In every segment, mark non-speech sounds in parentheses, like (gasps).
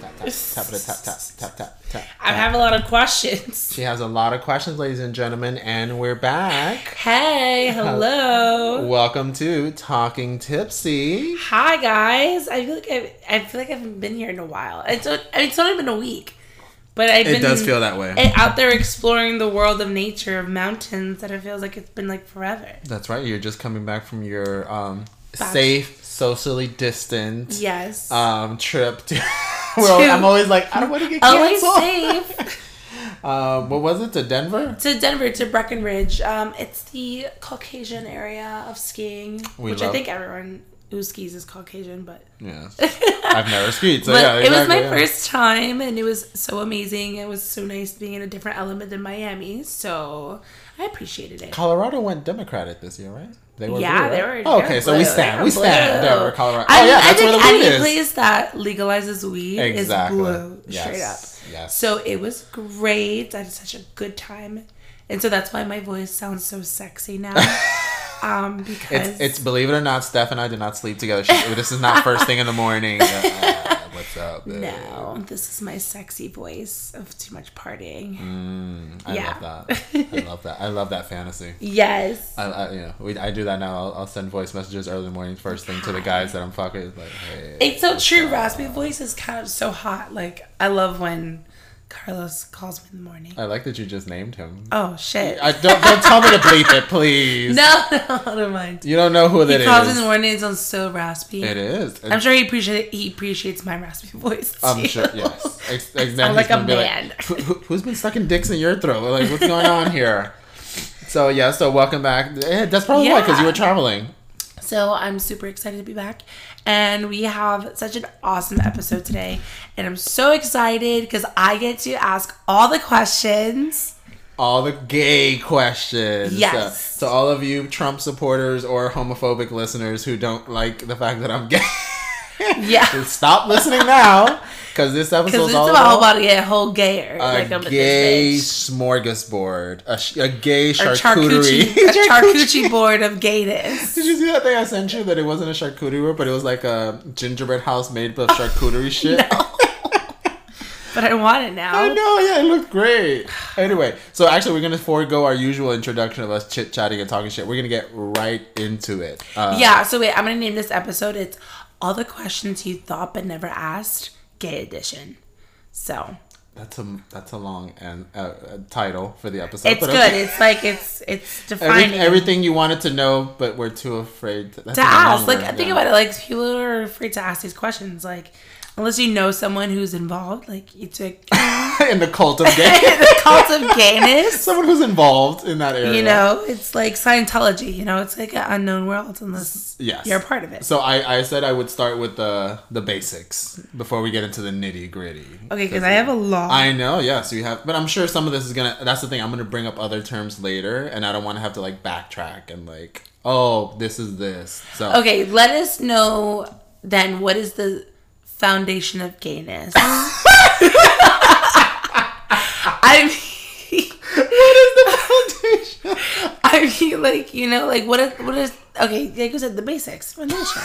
tap it, tap tap tap tap tap. I have a lot of (laughs) questions. She has a lot of questions, ladies and gentlemen, and we're back. Hey, hello. Welcome to Talking Tipsy. Hi guys. I feel like I've, I feel like I haven't been here in a while. It's o- it's only been a week, but I've It been does feel that way. eh, out there exploring the world of nature, of mountains, that it feels like it's been like forever. That's right. You're just coming back from your um, Back. safe, socially distant Yes. um, trip. To- (laughs) well, I'm always like, I don't want to get Always canceled. Oh, (laughs) safe Um, what was it to Denver? (laughs) to Denver to Breckenridge. Um, it's the Caucasian area of skiing, We which I love- think everyone who skis is Caucasian, (laughs) but Yeah, I've never skied, so but yeah, it was exactly, my yeah. first time and it was so amazing it was so nice being in a different element than miami so i appreciated it Colorado went Democratic this year, right? They yeah blue, they right? were Oh, okay, they're so we blue. stand, They're we stand, blue. Denver, Colorado. I, oh yeah, I that's think where the any weed is. place that legalizes weed Exactly. is blue Yes. straight up Yes. so it was great i had such a good time and so that's why my voice sounds so sexy (laughs) now um because It's, it's believe it or not, Steph and I did not sleep together. She, this is not first thing in the (laughs) morning. Uh, what's up? babe? no, this is my sexy voice of too much partying. Mm. I Yeah. love that. I love that. I love that fantasy. Yes. I, I you know we, I do that now. I'll, I'll send voice messages early in the morning first thing to the guys that I'm fucking. Like, hey, It's so true. Raspy voice is kind of so hot. Like I love when Carlos calls me in the morning. I like that you just named him. Oh shit! I don't don't tell me to bleep it, please. (laughs) no, (laughs) no, never mind. You don't know who that He calls me is. in the morning. It sounds so raspy. It is. I'm sure he appreciates he appreciates my raspy (laughs) voice. I'm too. sure. Yes. Ex- ex- then Sound he's like a gonna be man. "Who- who, who's been sucking dicks in your throat? Like, what's going (laughs) on here? So yeah. So welcome back. Eh, That's probably why, because you Yeah. were traveling. (laughs) So I'm super excited to be back. And we have such an awesome episode today. And I'm so excited because I get to ask all the questions. (laughs) All the gay questions. Yes. So, to all of you Trump supporters or homophobic listeners who don't like the fact that (laughs) I'm gay, (laughs) Yeah. (laughs) stop listening now, because this Because episode's it's all about, about. about to get a whole gayer. a like I'm gay bitch. smorgasbord, a, sh- a gay Or charcuterie. (laughs) charcuterie, (laughs) a charcuterie board of gayness. Did you see that thing I sent you? That it wasn't a charcuterie board, but it was like a gingerbread house made of (laughs) charcuterie shit. But I want I it now. know, yeah, it looked great. Anyway, so actually, we're gonna forego our usual introduction of us chit chatting and talking shit. We're gonna get right into it. Uh, Yeah, so wait, I'm gonna name this episode it's All the Questions You Thought But Never Asked, Gay Edition. So that's a that's a long and uh, uh, title for the episode. it's but good. okay. It's like it's it's Every- defining everything you wanted to know, but we're too afraid to, to ask. Like think about it, like people are afraid to ask these questions. Like unless you know someone who's involved, like it's like about (laughs) in the cult of gay. (laughs) the cult of gayness. Someone who's involved in that area. You know, it's like Scientology, you know, it's like an unknown world unless Yes. you're a part of it. So I, I said I would start with the the basics before we get into the nitty gritty. Okay, because I have a long. I know, yes, you have, but I'm sure some of this is gonna. That's the thing. I'm gonna bring up other terms later, and I don't want to have to like backtrack and like, oh, this is this. So okay, let us know then what is the foundation of (laughs) gayness. (laughs) I mean, what is the foundation? I mean, like you know, like what is what is okay? Like you said, the basics foundation.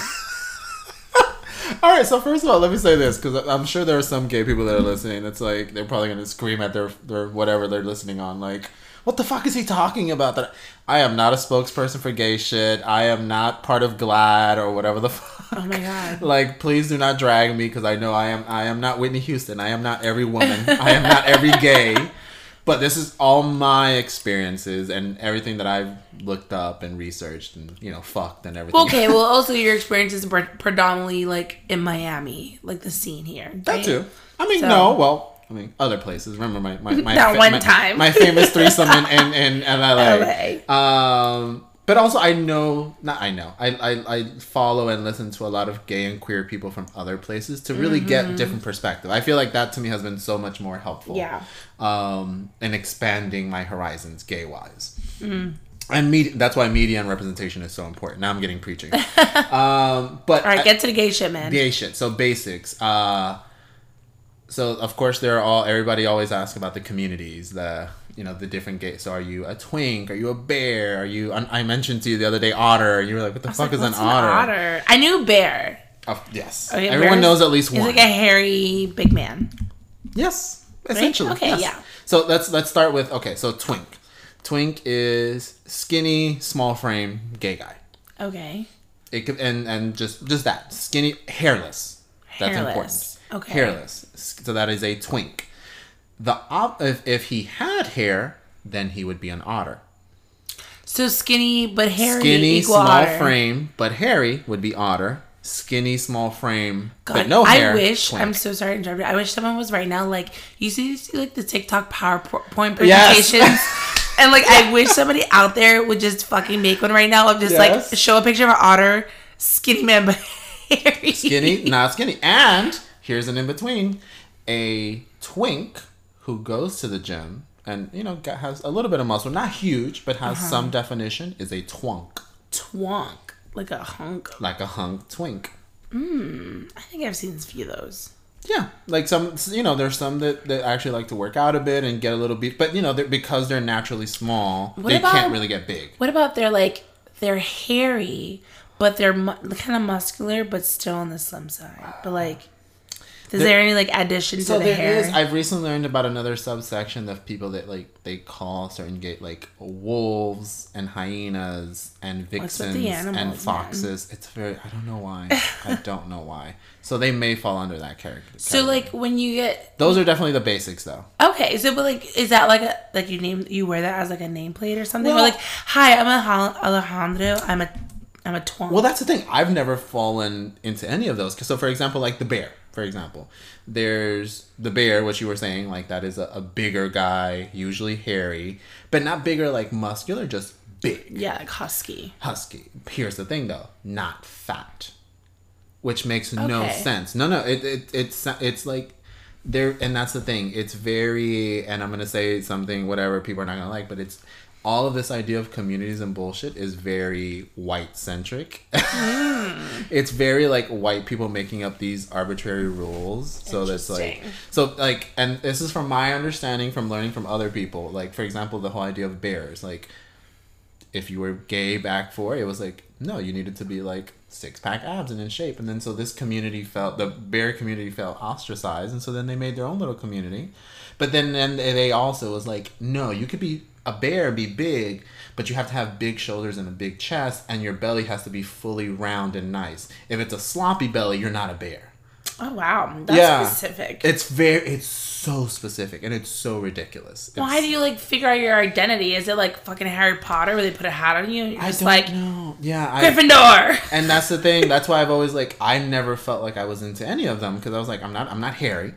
all right. So first of all, let me say this because I'm sure there are some gay people that are listening. That's like they're probably gonna scream at their their whatever they're listening on. Like, what the fuck is he talking about? That I am not a spokesperson for gay shit. I am not part of GLAD or whatever the (laughs) fuck. Oh my god. like please do not drag me because i know i am i am not whitney houston i am not every woman i am not (laughs) every gay but this is all my experiences and everything that i've looked up and researched and you know fucked and everything Okay, well, also your experience is pre- predominantly like in Miami, like the scene here. that right? too i mean So- no well i mean other places remember my my, my (laughs) That one my- time. my famous threesome in in, in, (laughs) in LA. LA. um but also i know not i know I, I i follow and listen to a lot of gay and queer people from other places to really Mm-hmm. get different perspective i feel like that to me has been so much more helpful Yeah. um and expanding my horizons gay wise Mm-hmm. and media that's why media and representation is so important now i'm getting (laughs) preaching um but All I- right, get to the gay shit, man. BA shit. So basics. Uh, so of course there are all everybody always asks about the communities, the you know the different gates. So are you a twink? Are you a bear? Are you? I I mentioned to you the other day otter. and You were like, what the fuck Like, is an what's otter? I knew bear. Oh, yes, Okay, everyone bears- knows at least He's one. like a hairy big man. Yes, essentially. Okay, yes. yeah. So let's let's start with okay. So twink, twink is skinny, small frame, gay guy. Okay. It could, and and just just that skinny, hairless. That's Hairless. important. Okay. Hairless. So that is a twink. The op- if if he had hair, then he would be an otter. So skinny but hairy Skinny, equal small otter. frame, but hairy would be otter. Skinny, small frame, but God, no hair. I wish. twink. I'm so sorry to interrupt you. I wish someone was right now. Like you see, see like the TikTok PowerPoint (laughs) Yes. presentations. And like, I wish somebody out there would just fucking make one right now of just Yes. like show a picture of an otter, skinny man, but (laughs) (laughs) hairy. skinny, not skinny. And here's an in between: a twink who goes to the gym and you know got- has a little bit of muscle, not huge, but Uh-huh. has some definition, is a twunk, twonk, like a hunk. like a hunk twink. I think I've seen a few of those. Yeah, like some, you know, there's some that, that actually like to work out a bit and get a little beef, but you know, they're, because they're naturally small, they about- can't really get big. What about they're like they're hairy, but they're mu- kind of muscular, but still on the slim side. But like, is there any like addition So to the there hair? is- I've recently learned about another subsection of people that like they call certain gate like wolves and hyenas and What's with vixens the and animals, man? foxes. It's very. I don't know why. I don't know why. So they may fall under that character. (laughs) so like when you get those are definitely the basics though. okay, so but like is that like a like you name you wear that as like a nameplate or something? Well- or like hi, I'm a Hol- Alejandro. I'm a I'm a twonk. Well, that's the thing. I've never fallen into any of those. 'Cause- So, for example, like the bear, for example, there's the bear, which you were saying, like that is a, a bigger guy, usually hairy, but not bigger like muscular, just big, yeah, like husky. husky. Here's the thing though, not fat, which makes no Okay. sense. No, no, it, it it's it's like there, and that's the thing. It's very, and I'm gonna say something whatever people are not gonna like, but it's. All of this idea of communities and bullshit is very white centric. Hmm. (laughs) it's very like white people making up these arbitrary rules so that's like Interesting. so like and this is from my understanding from learning from other people like for example the whole idea of bears like if you were gay back for it was like no you needed to be like six pack abs and in shape and then so this community felt the bear community felt ostracized and so then they made their own little community but then then they also was like no you could be a bear be big but you have to have big shoulders and a big chest and your belly has to be fully round and nice if it's a sloppy belly you're not a bear Oh wow, that's Yeah. specific. it's very it's so specific and it's so ridiculous Why do you like figure out your identity? Is it like fucking Harry Potter where they put a hat on you? And you're i just don't like know yeah I, (laughs) Gryffindor. and that's the thing. That's why I've always like I never felt like I was into any of them because I was like I'm not I'm not hairy,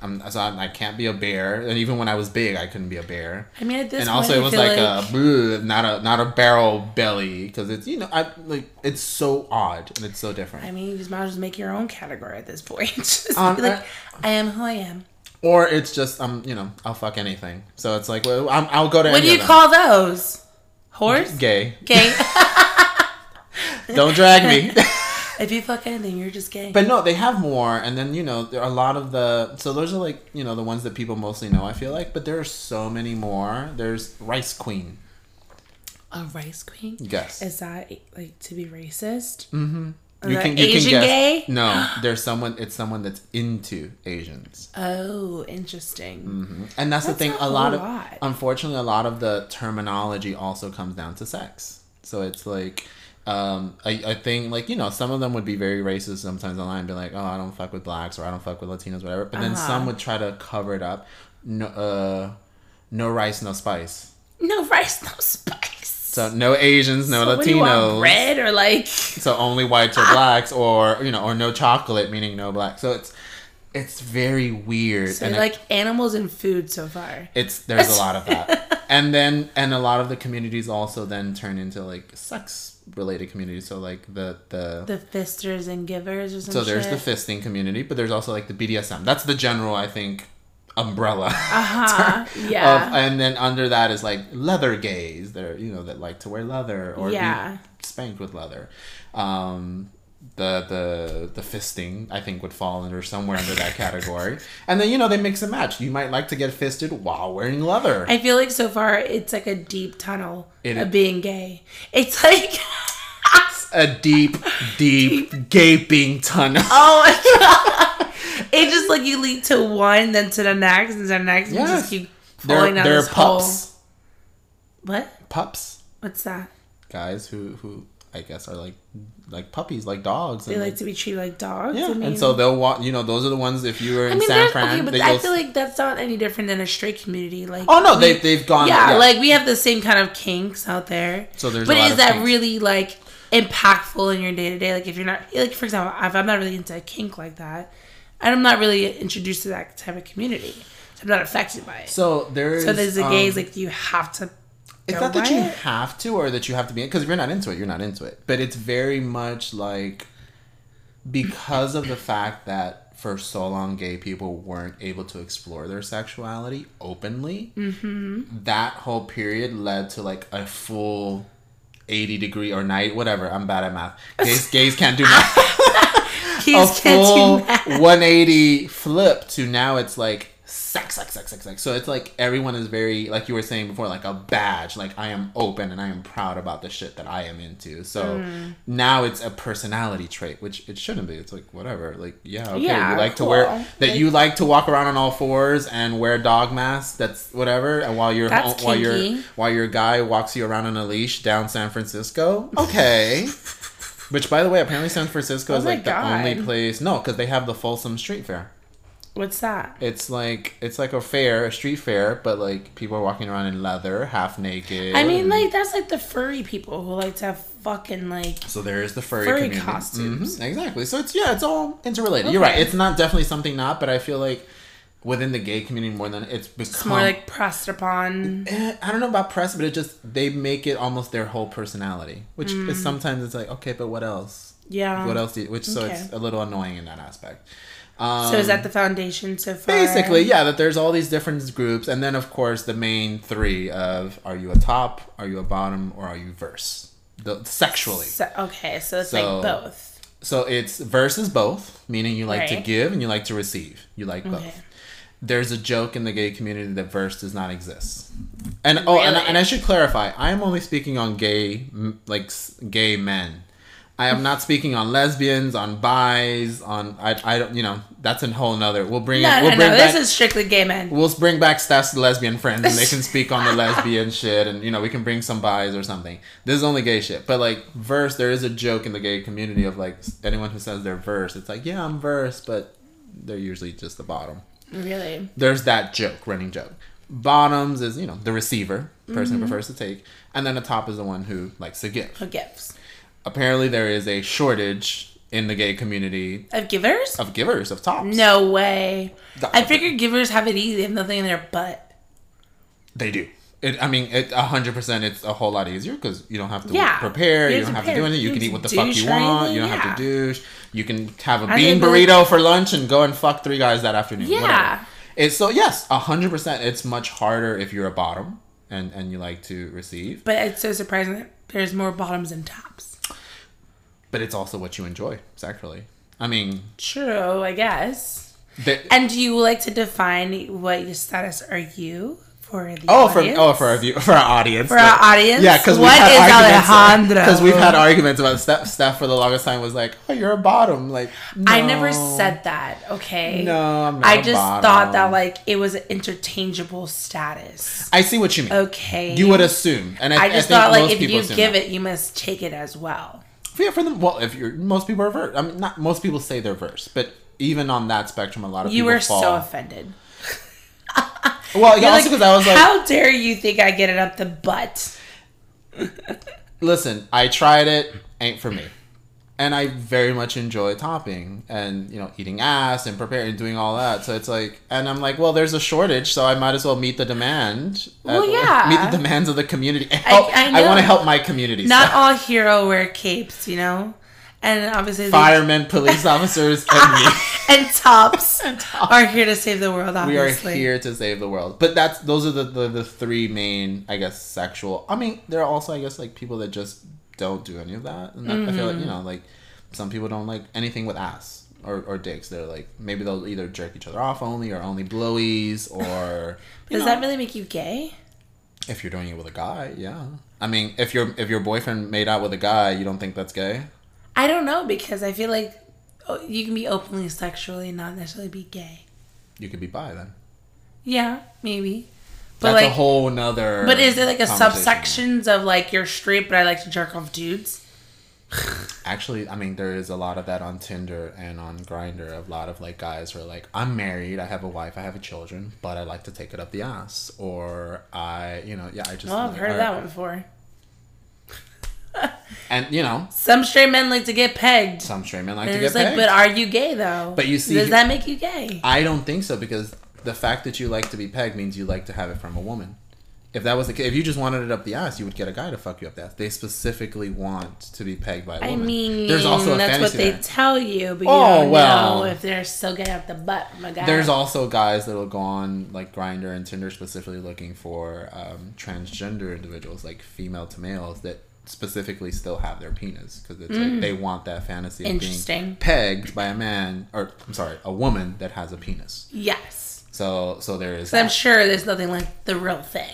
I'm so I, I can't be a bear. And even when I was big, I couldn't be a bear. I mean, at this and point, also I it was feel like, uh, like, a bleh, not a not a barrel belly because it's you know I like it's so odd and it's so different. I mean, you just might as well make your own category at this point. (laughs) just Um, be like, I am who I am. Or it's just um you know I'll fuck anything. So it's like well I'm, I'll go to What any do of you them. call those? Horse? gay? Gay. (laughs) Don't drag (laughs) me. (laughs) if you fuck anything, you're just gay. But no, they have more, and then you know there are a lot of the. So those are like you know the ones that people mostly know. I feel like, but there are so many more. There's Rice Queen. a rice queen? Guess Is that like to be racist? Mm. Mm-hmm. you Asian gay? (gasps) No, there's someone. It's someone that's into Asians, Oh, interesting. and that's, the That's thing. a A, lot whole of lot. unfortunately, a lot of the terminology also comes down to sex. So it's like. Um, a, a thing like you know some of them would be very racist sometimes online be like oh I don't fuck with blacks or I don't fuck with Latinos whatever but then Uh-huh. some would try to cover it up no uh no rice no spice No rice, no spice. So no Asians, no What do you want, Latinos. bread Ah! or like? So only whites or blacks, or you know, or no chocolate, meaning no black. So it's it's very weird, (laughs) So and it- like animals and food so far. it's there's a lot of that, and then and a lot of the communities also then turn into like sex related communities. So like the the. The fisters and givers or some so there's shit. the fisting community, but there's also like the BDSM. That's the general, I think, umbrella. Uh-huh. term Yeah. (laughs) Of, and then under that is like leather gays that are you know that like to wear leather or Yeah. be spanked with leather. Um, the the the fisting I think would fall under somewhere under that category. And then you know they mix and match. You might like to get fisted while wearing leather. I feel like so far it's like a deep tunnel It of is. being gay. It's like (laughs) A deep, deep, gaping tunnel. oh my god. It just like you leap to one, then to the next, and to the next, and you Yes. just keep They're, falling down they're this hole. pups. What? Pups. What's that? Guys who, who I guess are like like puppies, like dogs. They and like to be treated like dogs. yeah. I mean, and so they'll want, you know, those are the ones if you were in I mean, San there's- Fran. okay, but they I go- feel like that's not any different than a stray community. Like, oh, no, they, they've gone. yeah, like we have the same kind of kinks out there. So there's a but lot is of that kinks. really like impactful in your day to day? Like, if you're not, like for example, if I'm not really into a kink like that, and I'm not really introduced to that type of community, so I'm not affected by it. So, So there's. there's the um, gays like you have to. It's go not that by you (laughs) it? have to or that you have to be because if you're not into it, you're not into it. But it's very much like because of the fact that for so long gay people weren't able to explore their sexuality openly, that whole period led to like a full 80 degree or night, whatever. I'm bad at math. Gays, gays can't do math a Gays full can't do that. 180 flip to now it's like sex, sex, sex, sex, sex. So it's like everyone is very, like you were saying before, like a badge. Like I am open and I am proud about the shit that I am into. So Hmm. now it's a personality trait, which it shouldn't be. It's like whatever. Like yeah, okay, Yeah, you like cool. to wear that Like- you like to walk around on all fours and wear dog masks. That's whatever. And while you're That's while you're kinky. while your guy walks you around on a leash down San Francisco. (laughs) Okay. Which, by the way, apparently San Francisco Oh is my like the God. only place. No, because they have the Folsom Street Fair. What's that? It's like it's like a fair, a street fair, but like people are walking around in leather, half naked. I mean, and- like that's like the furry people who like to have fucking like so there is the furry, furry community. costumes. Mhm, exactly. So it's yeah, it's all interrelated. You're right. Okay. It's not definitely something not, but I feel like within the gay community more than it's become it's more like pressed upon. Eh, I don't know about press, but it just they make it almost their whole personality, which is sometimes it's like okay, but what else? Mm. Yeah. what else? Do you, which so it's okay. a little annoying in that aspect. Um, So is that the foundation so far? basically yeah that there's all these different groups and then of course the main three of are you a top, are you a bottom, or are you verse? The, sexually, So, okay, so it's So- like both. so it's verse is both, meaning you like to Right. give and you like to receive. You like Okay. both. There's a joke in the gay community that verse does not exist. And oh, and, I- Really? and I should clarify, I am only speaking on gay, m- like s- gay men. I am not speaking on lesbians, on bis, on I, I don't you know that's a whole nother. We'll bring No, it. no, We'll no. bring back, This is strictly gay men. we'll bring back Steph's lesbian friends and they can speak on the lesbian shit and you know we can bring some buys or something. This is only gay shit. But like verse, there is a joke in the gay community of like anyone who says they're verse, it's like, yeah, I'm verse, but they're usually just the bottom. Really? There's that joke, running joke. Bottoms is, you know, the receiver, person who prefers to take. And then the top is the one who likes to give. Who gives? Apparently there is a shortage in the gay community Of givers? of givers, of tops. No way. Um, The- I figure givers have it easy. They have nothing in their butt. They do. It, I mean, it, 100% it's a whole lot easier because you don't have to Yeah. prepare. You, You don't don't have to prepare. do anything. You You can don't eat what the have fuck to douche you or want. anything, You don't have to yeah. douche. You can have a I bean think the- burrito for lunch and go and fuck three guys that afternoon. Yeah. whatever. It's, so, yes, 100% it's much harder if you're a bottom and, and you like to receive, But it's so surprising that there's more bottoms than tops. but it's also what you enjoy sexually. I mean, True, I guess. the, And do you like to define what your status are you for the Oh, for audience? oh for our view, (laughs) for our audience. For our audience? Yeah, because we've What is had arguments. Alejandro? Because we've had arguments about Steph. Steph for the longest time was like, "Oh, you're a bottom." Like, I never no. said that, okay? No, I'm not I a just bottom. thought that like it was an interchangeable status. I see what you mean. Okay. You would assume, and I, I just think thought like most if people you assume give that. it, you must take it as well. yeah, for them. Well, if you're most people are verse. I mean, not most people say they're verse, but even on that spectrum, a lot of You people were fall. so offended. well, yeah, You're also because I was like, how dare you think I get it up the butt? listen, I tried it, ain't for me. And I very much enjoy topping and, you know, eating ass and preparing and doing all that. So it's like, and I'm like, well, there's a shortage, so I might as well meet the demand. Well, Uh, yeah. Meet the demands of the community. Help- I, I know. want to help my community. Not so- all hero wear capes, you know, and obviously the Firemen, police officers, and me. (laughs) and (laughs) tops are here to save the world. We are Obviously, here to save the world. But that's those are the, the, the three main, I guess, sexual. I mean, there are also, I guess, like people that just don't do any of that. And that, I feel Mm-hmm. like, you know, like some people don't like anything with ass or, or dicks. They're like, maybe they'll either jerk each other off only or only (laughs) blowies or. you Does know, that really make you gay? If you're doing it with a guy, yeah. I mean, if your if your boyfriend made out with a guy, you don't think that's gay? I don't know because I feel like oh, you can be openly sexually and not necessarily be gay. You could be bi then. Yeah, maybe. But That's like, a whole nother. but is it like a conversation. subsections of like you're straight, but I like to jerk off dudes? Actually, I mean, there is a lot of that on Tinder and on Grinder. A lot of like guys who are like, I'm married, I have a wife, I have children, but I like to take it up the ass, or I, you know, yeah, I just. Well, Oh, I've heard of or- that one before. And you know, Some straight men like to get pegged. some straight men like and to it's get like, pegged. but are you gay though? But you see- does that make you gay? I don't think so because the fact that you like to be pegged means you like to have it from a woman. If that was the case, if you just wanted it up the ass, you would get a guy to fuck you up the ass. They specifically want to be pegged by a I woman. mean, there's also a that's what fantasy they there. tell you, but you Oh, don't well. know if they're still getting up the butt from a guy. There's also guys that'll go on like Grinder and Tinder specifically looking for um, transgender individuals, like female to males, that specifically still have their penis because it's like they want that fantasy of Mm. Interesting. being pegged by a man, or I'm sorry, a woman that has a penis. yes. So, so there is. 'Cause I'm that. sure there's nothing like the real thing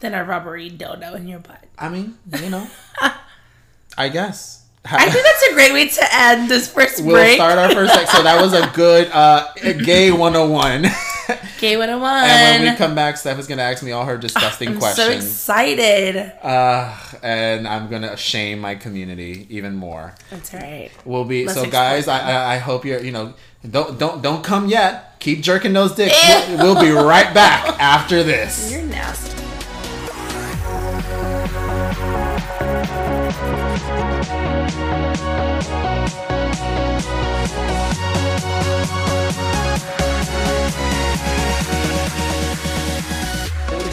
than a rubbery dildo in your butt. I mean, you (laughs) know, I guess. I think that's a great way to end this first we'll break. start our first. so that was a good uh, gay 101. Gay (laughs) 101. and when we come back, Steph is going to ask me all her disgusting (laughs) I'm so questions. excited. Uh, and I'm gonna shame my community even more. That's right. We'll be Let's so, explore guys. I, I I hope you're you know don't don't don't come yet. Keep jerking those dicks. We'll, we'll be right back (laughs) after this. You're nasty.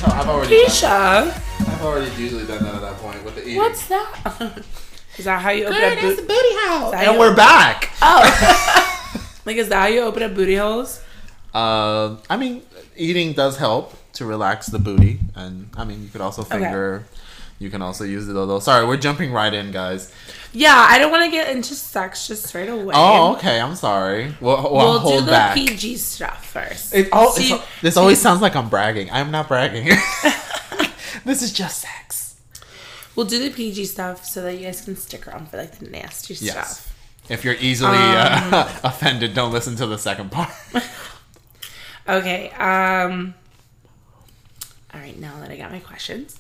I've already done, Keisha, I've already usually done that at that point with the eating. what's that? (laughs) Is that how you open up? boot- booty hole. that And you- we're back. Oh. (laughs) (laughs) like, is that how you open up booty holes? Um, I mean, eating does help to relax the booty, and I mean you could also finger. You can also use it although. Sorry, we're jumping right in, guys. Yeah, I don't want to get into sex just straight away. Oh, okay. I'm sorry. We'll, we'll, We'll hold do the back. PG stuff first. It all, See- it's, this always sounds like I'm bragging. I'm not bragging. (laughs) this is just sex. We'll do the PG stuff so that you guys can stick around for like the nasty Yes. stuff. If you're easily uh, (laughs) offended, don't listen to the second part. (laughs) Okay. Um. All right. Now that I got my questions,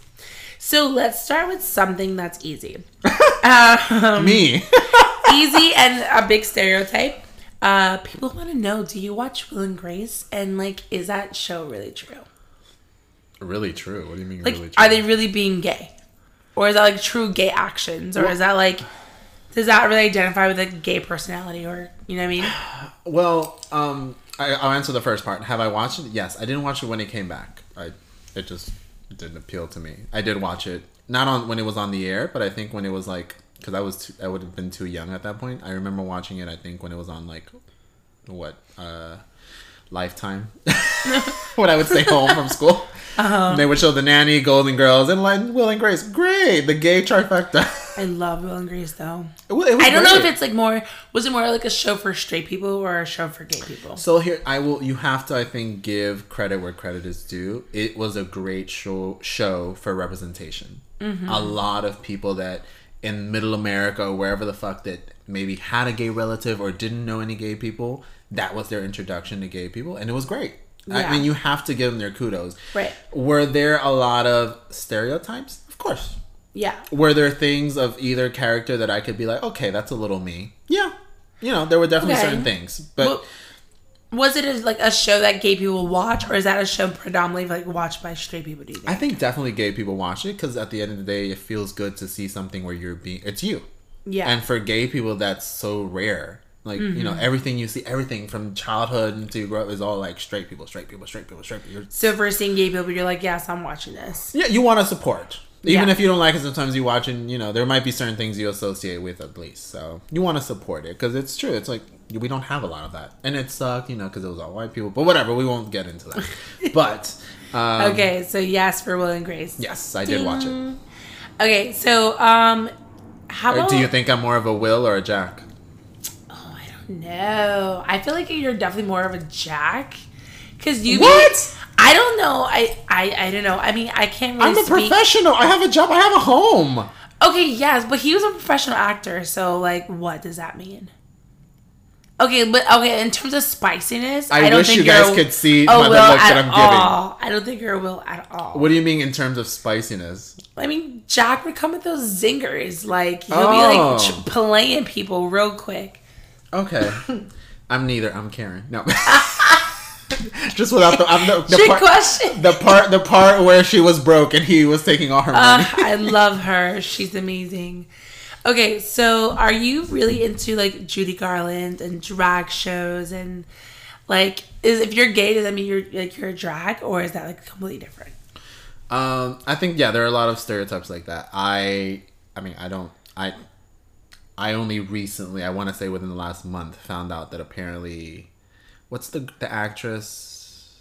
so let's start with something that's easy, Me. (laughs) easy and a big stereotype. Uh, people want to know: Do you watch Will and Grace? And like, is that show really true? really true. What do you mean Like, are they really being gay, or is that like true gay actions, or is that like, does that really identify with a gay personality, or you know what I mean? Well, um, I, I'll answer the first part. Have I watched it? Yes, I didn't watch it when it came back. I, it just didn't appeal to me. I did watch it not on when it was on the air, but I think when it was like because I was too, I would have been too young at that point. I remember watching it. I think when it was on like what uh, Lifetime (laughs) when I would stay home from (laughs) school. Uh-huh. And they would show the nanny, Golden Girls, and like Will and Grace. Great, the gay trifecta. (laughs) I love Will and Grace though. It wa- it was I don't know if great. it's like more was it more like a show for straight people or a show for gay people. So here, I will. You have to, I think, give credit where credit is due. It was a great show show for representation. Mm-hmm. A lot of people that in Middle America or wherever the fuck that maybe had a gay relative or didn't know any gay people, that was their introduction to gay people, and it was great. Yeah. I mean, you have to give them their kudos. Right. Were there a lot of stereotypes? Of course. Yeah. Were there things of either character that I could be like, okay, that's a little me? Yeah. You know, there were definitely Okay. certain things, but. Well, was it a, like a show that gay people watch, or is that a show predominantly like watched by straight people? Do you think? I think definitely gay people watch it because at the end of the day, it feels good to see something where you're being it's you. Yeah. Mm-hmm. And for gay people, that's so rare. Like you know, everything you see, everything from childhood until you grow up is all like straight people, straight people, straight people, straight people. You're- so if we're seeing gay people, you're like, yes, I'm watching this. yeah, you want to support. Even Yeah. if you don't like it, sometimes you watch and you know there might be certain things you associate with at least. So you want to support it because it's true. It's like we don't have a lot of that, and it sucked, you know, because it was all white people. But whatever, we won't get into (laughs) that. but um, Okay, so yes for Will and Grace. yes, I did watch it. Okay, so um, how Or about do you think I'm more of a Will or a Jack? Oh, I don't know. I feel like you're definitely more of a Jack, because you. What? I don't know. I, I I don't know. I mean, I can't really I'm a speak. professional. I have a job. I have a home. Okay, yes, but he was a professional actor, so like, what does that mean? Okay, but okay. In terms of spiciness, I, I, don't wish think you guys you're could see a my, the will look that at I'm giving. all. I don't think you're a will at all. What do you mean in terms of spiciness? I mean, Jack would come with those zingers. Like he'll Oh. be like ch- playing people real quick. (laughs) Okay. I'm neither. I'm Karen. (laughs) No. Just without the I'm the, the Trick part, (laughs) question. the part the part where she was broke and he was taking all her money. Ugh, (laughs) I love her. She's amazing. Okay, so are you really into like Judy Garland and drag shows and like is if you're gay does that mean you're like you're a drag or is that like completely different? Um, I think yeah, there are a lot of stereotypes like that. I, I mean, I don't, I, I only recently, I want to say within the last month, found out that apparently, what's the the actress?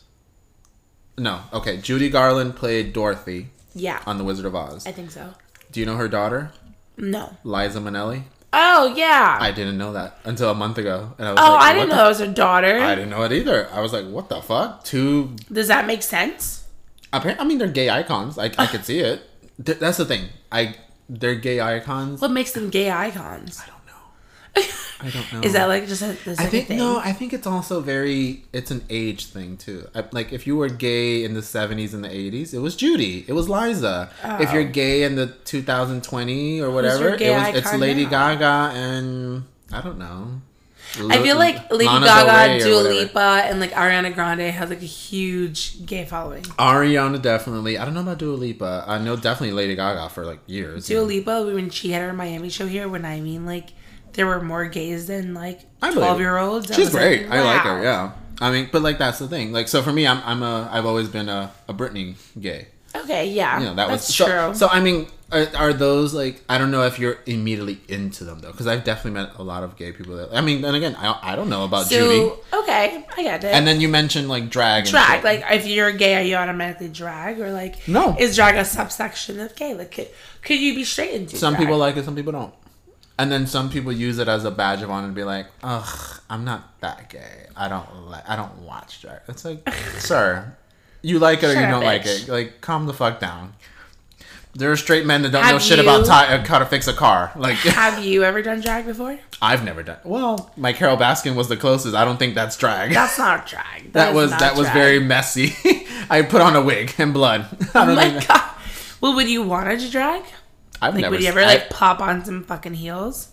No, okay, Judy Garland played Dorothy Yeah, on The Wizard of Oz. I think so. Do you know her daughter, No. Liza Minnelli? Oh yeah. I didn't know that until a month ago, and I was oh, like, I what didn't the know it was her daughter. I didn't know it either. I was like, what the fuck? Two does that make sense? Apparently, I mean, they're gay icons. I, I could see it. Th- that's the thing. I they're gay icons. What makes them gay icons? I don't know. (laughs) I don't know. Is that like just a, this I think thing? no. I think it's also very. It's an age thing too. I, like if you were gay in the seventies and the eighties, it was Judy. It was Liza. If you're gay in the two thousand twenty or whatever, Oh. gay it was, it's icon Lady now? Gaga and I don't know. I feel like Lady Lana Del Gaga, Rey or Dua whatever. Lipa, and like Ariana Grande has like a huge gay following. Ariana definitely. I don't know about Dua Lipa. I know definitely Lady Gaga for like years. Dua Lipa, when she had her Miami show here, when I mean like there were more gays than like I believe it. twelve year olds. She's great. I like her. Yeah. I mean, but like that's the thing. Like, so for me, I'm I'm a I've always been a a Britney gay. Okay, yeah. You know that that's was true. So, so I mean, are, are those like I don't know if you're immediately into them though, because I've definitely met a lot of gay people. That I mean, and again, I I don't know about So, Judy. okay, I get it. And then you mentioned like drag. and drag, shit. like if you're gay, are you automatically drag or like No. Is drag a subsection of gay? Like could, could you be straight into some drag? people like it, some people don't. And then some people use it as a badge of honor and be like, "Ugh, I'm not that gay. I don't like. I don't watch drag." It's (laughs) like, sir, you like it or Shut you up, don't like bitch. it. Like, calm the fuck down. There are straight men that don't know Have shit about you- ti- uh, how to fix a car. Like, (laughs) Have you ever done drag before? I've never done. Well, my Carol Baskin was the closest. I don't think that's drag. That's not (laughs) drag. that is was not that was drag. very messy. (laughs) I put on a wig and blood. (laughs) I Oh don't my think that- god. Well, would you want to drag? I've Like, never. would you s- ever I- like pop on some fucking heels?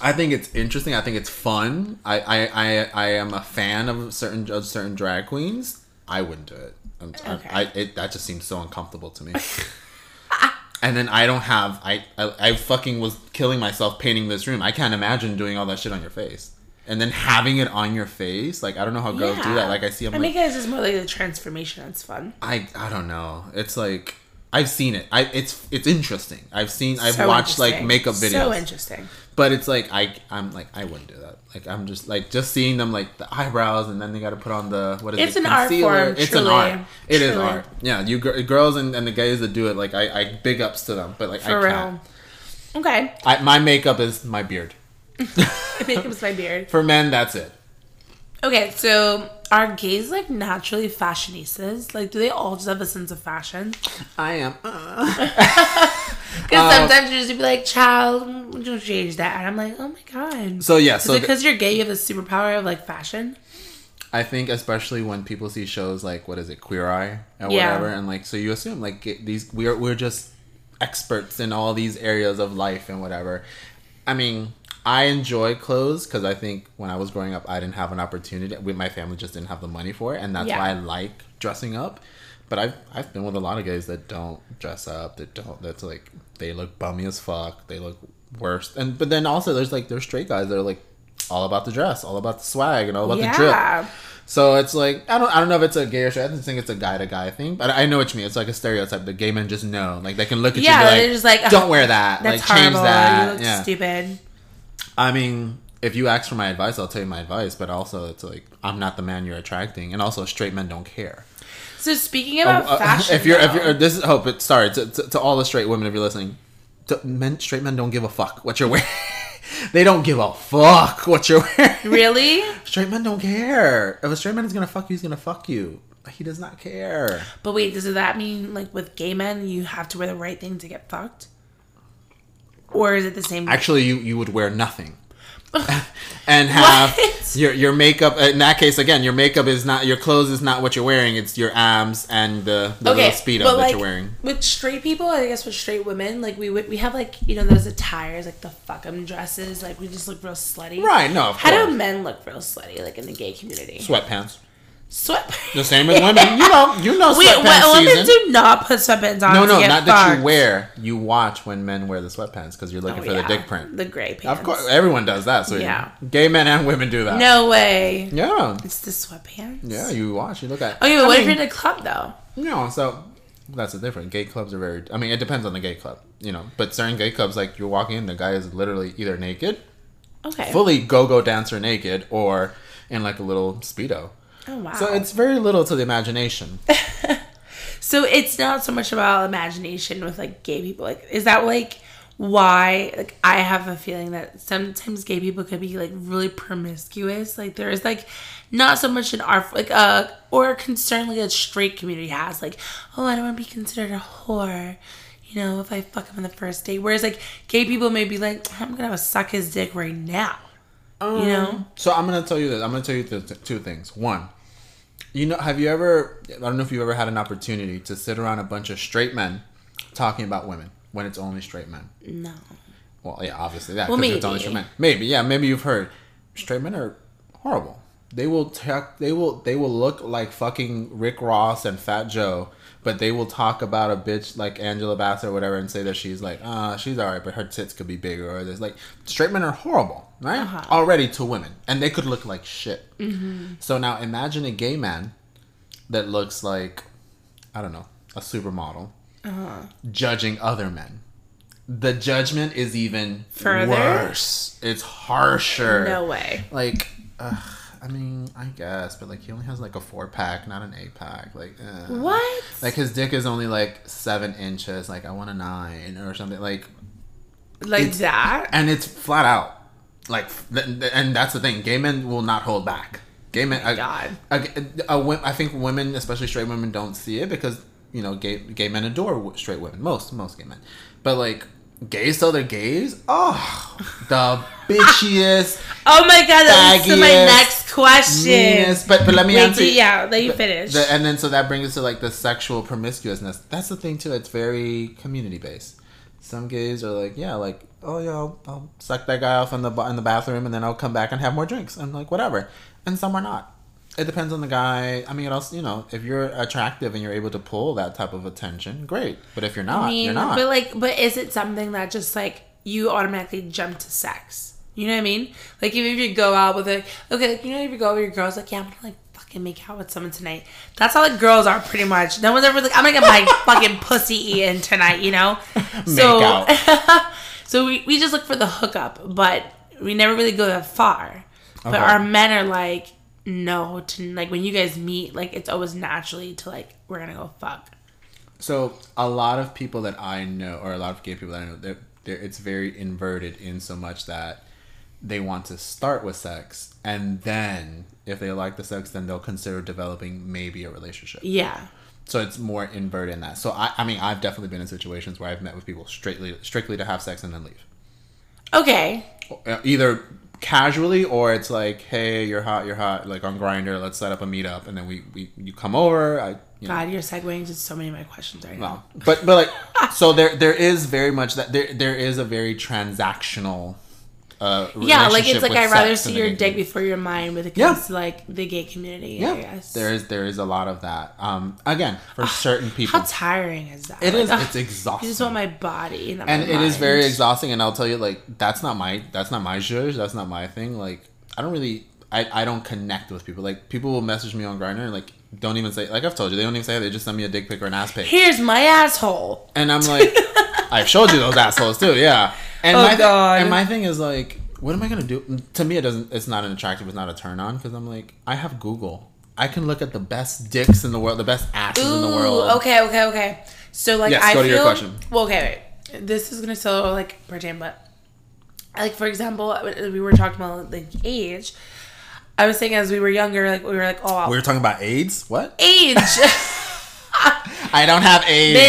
I think it's interesting. I think it's fun. I I, I, I am a fan of certain of certain drag queens. I wouldn't do it. I'm, Okay. I, I, it that just seems so uncomfortable (laughs) to me. (laughs) and then I don't have I, I I fucking was killing myself painting this room. I can't imagine doing all that shit on your face. And then having it on your face, like I don't know how girls do that. Like I see, I'm I like, think it's just more like the transformation. That's fun. I I don't know. It's like I've seen it. I it's it's interesting. I've seen I've So watched like interesting. makeup videos. So interesting. But it's like I I'm like I wouldn't do that. Like I'm just like just seeing them like the eyebrows and then they got to put on the what is It's it? an art Concealer. form, It's truly. an art. It is Truly. art. Yeah, you gir- girls and, and the guys that do it like I, I big ups to them, but like For I real. can't. Okay. I, my makeup is my (laughs) beard. (laughs) Makeup's my beard. For men, that's it. Okay, so are gays like naturally fashionistas? Like, do they all just have a sense of fashion? I am. Uh, Because sometimes you just be like, child, would you change that? And I'm like, oh my God. So yeah, Is so it th- because you're gay, you have a superpower of like fashion? I think especially when people see shows like what is it, Queer Eye or Yeah. whatever, and like so you assume like get these we're we're just experts in all these areas of life and whatever. I mean, I enjoy clothes because I think when I was growing up, I didn't have an opportunity. We, my family just didn't have the money for it, and that's Yeah. why I like dressing up. But I've I've been with a lot of guys that don't dress up. That don't. That's like they look bummy as fuck. They look worse. And but then also there's like there's straight guys that are like all about the dress, all about the swag, and all about the drip. yeah. So it's like I don't I don't know if it's a gay or straight. I just think it's a guy to guy thing. But I know what you mean. It's like a stereotype. The gay men just know. Like they can look at Yeah, you. and be they're just like, "Ugh, don't wear that. That's like change horrible. that. You look yeah. stupid. I mean, if you ask for my advice, I'll tell you my advice. But also, it's like I'm not the man you're attracting, and also straight men don't care. So speaking about Uh, (laughs) Oh, fashion, if you're if though- you're this is hope. but sorry to, to, to all the straight women if you're listening. To, men straight men don't give a fuck what you're wearing. (laughs) they don't give a fuck what you're wearing. really, Straight men don't care. If a straight man is gonna fuck you, he's gonna fuck you. He does not care. but wait, does that mean like with gay men, you have to wear the right thing to get fucked, or is it the same? (laughs) Actually, you you would wear nothing. and have What? your your makeup. In that case, again, your makeup is not your clothes is not what you're wearing. It's your abs and the, the okay, little speedo but that like you're wearing. with straight people, I guess with straight women, like we would we have like you know those attires like the fuck 'em dresses, like we just look real slutty. Right? No, of How course. do men look real slutty like in the gay community? Sweatpants. Sweat. The same as women. You know. You know. (laughs) Wait, sweatpants what, season. women do not put sweatpants on. no, to no, get not that fucked. you wear. You watch when men wear the sweatpants because you're Oh, looking for yeah. the dick print. the gray pants. Of course, everyone does that. So Yeah. yeah, gay men and women do that. No way. Yeah. It's the sweatpants. Yeah, you watch. You look at. Okay, but I what mean, if you're in Oh, a club though? No, so that's the difference. Gay clubs are very. I mean, it depends on the gay club, you know. But certain gay clubs, like you're walking in, the guy is literally either naked, Okay. fully go-go dancer naked, or in like a little speedo. oh wow. So it's very little to the imagination. So it's not so much about imagination with like gay people. Like, is that like why? Like, I have a feeling that sometimes gay people could be like really promiscuous. Like, there is like not so much an art like uh or a concern like a straight community has. Like, oh, I don't want to be considered a whore. You know, if I fuck him on the first date. Whereas like gay people may be like, I'm gonna suck his dick right now. you know. Um, So I'm gonna tell you this. I'm gonna tell you th- th- two things. One, you know, have you ever? I don't know if you've ever had an opportunity to sit around a bunch of straight men talking about women when it's only straight men. No. Well, yeah, obviously that. Well, Well, It's only maybe. straight men. Maybe, yeah, maybe you've heard straight men are horrible. They will talk. They will. They will look like fucking Rick Ross and Fat Joe, but they will talk about a bitch like Angela Bassett or whatever, and say that she's like, ah, she's all right, but her tits could be bigger. Or there's like straight men are horrible, right? Uh-huh. Already to women, and they could look like shit. Mm-hmm. So now imagine a gay man that looks like, I don't know, a supermodel Uh-huh. judging other men. The judgment is even Further? worse. It's harsher. No way. Like, ugh, I mean, I guess, but like he only has like a four pack, not an eight pack. Like, eh. What? Like his dick is only like seven inches. Like I want a nine or something. Like, Like that? and it's flat out. Like, th- th- and that's the thing. Gay men will not hold back. Gay men. I- Oh God. I, I, I think women, especially straight women, don't see it because you know gay gay men adore w- straight women. Most most gay men, but like gays tell their gays. Oh, (laughs) the bitchiest, Oh my god, that leads to my Baggiest, next question. meanest. But but let me Wait, answer. do- yeah, let you finish. The, and then so that brings us to like the sexual promiscuousness. That's the thing too. It's very community based. Some gays are like, yeah, like, oh yeah, I'll, I'll suck that guy off in the ba- in the bathroom, and then I'll come back and have more drinks, and like whatever. And some are not. It depends on the guy. I mean, it also you know, if you're attractive and you're able to pull that type of attention, great. But if you're not, I mean, Uh, you're not. but like, but is it something that just like you automatically jump to sex? You know what I mean? Like, even if you go out with a okay, like, you know, if you go out with your girls, like, yeah, I'm gonna like fucking make out with someone tonight. That's how like girls are pretty much. No one's ever like, I'm gonna (laughs) get my fucking pussy eaten tonight. You know? (laughs) so we we just look for the hookup, but we never really go that far. But Okay. our men are like, no, to like when you guys meet, like it's always naturally to like we're gonna go fuck. So a lot of people that I know, or a lot of gay people that I know, they're, they're, it's very inverted in so much that they want to start with sex, and then if they like the sex, then they'll consider developing maybe a relationship. Yeah. So it's more inverted in that. So I, I mean, I've definitely been in situations where I've met with people strictly, strictly to have sex and then leave, Okay. Uh, either casually or it's like, hey, you're hot, you're hot, like on Grinder, let's set up a meetup, and then we, we you come over, I, you know, God, you're segueing to so many of my questions right now. Well, but but like so there there is very much that there there is a very transactional. Uh, Yeah, like it's relationship like with I'd rather sex in see the your gay dick community. before your mind with it Yeah. comes to like the gay community. I Yeah, guess. there is there is a lot of that. Um, again, for certain people, How tiring is that? it is Like, it's ugh, exhausting. You just want my body, not and my it is very mind. exhausting and i'll tell you like that's not my that's not my zhuzh that's not my thing like i don't really i, I don't connect with people like people will message me on grinder like don't even say like i've told you they don't even say they just send me a dick pic or an ass pic Here's my asshole. and i'm (laughs) like i've showed you those assholes too yeah and Oh, my thi- God. and my thing is like what am i gonna do to me it doesn't it's not an attractive it's not a turn on because i'm like i have google i can look at the best dicks in the world the best asses in the Ooh, world Okay, okay, okay. So like Yes, I go to feel your question. well. Okay, wait. This is gonna sound like pretend, but like for example, uh, we were talking about like age. I was saying as we were younger, like we were like, oh, we were (laughs) talking about aids what age, i don't have aids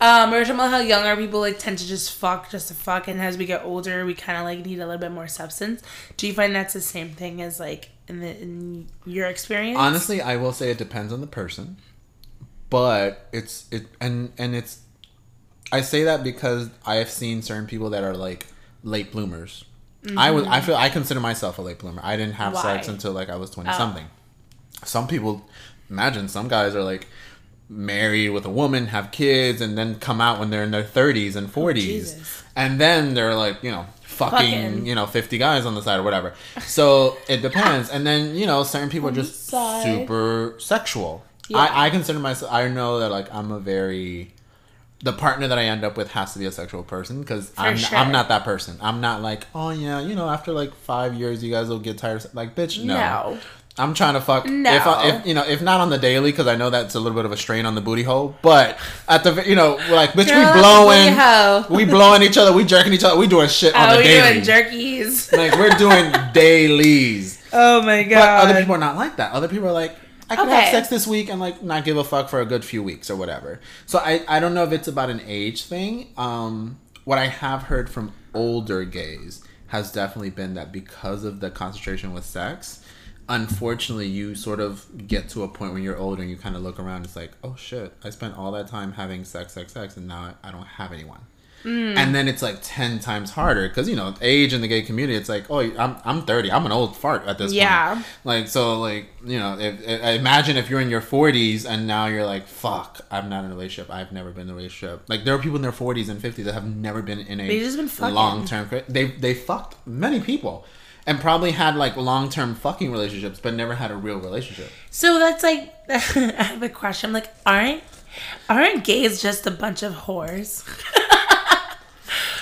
bitch. Um, we were talking about how younger people like tend to just fuck just to fuck, and as we get older, we kind of like need a little bit more substance. Do you find that's the same thing as like in the in your experience? Honestly, I will say it depends on the person, but it's it and and it's. I say that because I have seen certain people that are like late bloomers. I was I feel I consider myself a late bloomer. I didn't have sex Mm-hmm. Why? Oh. until like I was twenty something. Some people imagine some guys are like married with a woman, have kids, and then come out when they're in their thirties and forties, Oh, Jesus. and then they're like you know fucking, Fucking. you know fifty guys on the side or whatever. So it depends. And then you know certain people are just side. super sexual. Yeah. I, I consider myself. I know that like I'm a very the partner that I end up with has to be a sexual person because I'm, sure. I'm not that person. I'm not like, oh yeah, you know, after like five years, you guys will get tired. of- Like, bitch, no. No. I'm trying to fuck. No. If, I, if you know, if not on the daily, because I know that's a little bit of a strain on the booty hole. But at the, you know, like, bitch, Girl, we booty hole. blowing, we blowing each other, we jerking each other, we doing shit on oh, the we're daily. (laughs) doing jerkies. like we're (laughs) doing dailies. oh my god. But other people are not like that. Other people are like, I could have Okay. sex this week and like not give a fuck for a good few weeks or whatever. So I, I don't know if it's about an age thing. Um, what I have heard from older gays has definitely been that because of the concentration with sex, unfortunately, you sort of get to a point when you're older and you kind of look around. It's like, oh shit, I spent all that time having sex, sex, sex, and now I I don't have anyone Mm. and then it's like 10 times harder because you know age in the gay community it's like oh i'm, I'm 30 i'm an old fart at this Yeah. point like so like you know if, if, imagine if you're in your 40s and now you're like fuck i'm not in a relationship i've never been in a relationship like there are people in their 40s and 50s that have never been in They've just been a fucking. long-term cra- they they fucked many people and probably had like long-term fucking relationships but never had a real relationship So that's like (laughs) I have a question. I'm like, aren't aren't gays just a bunch of whores? (laughs)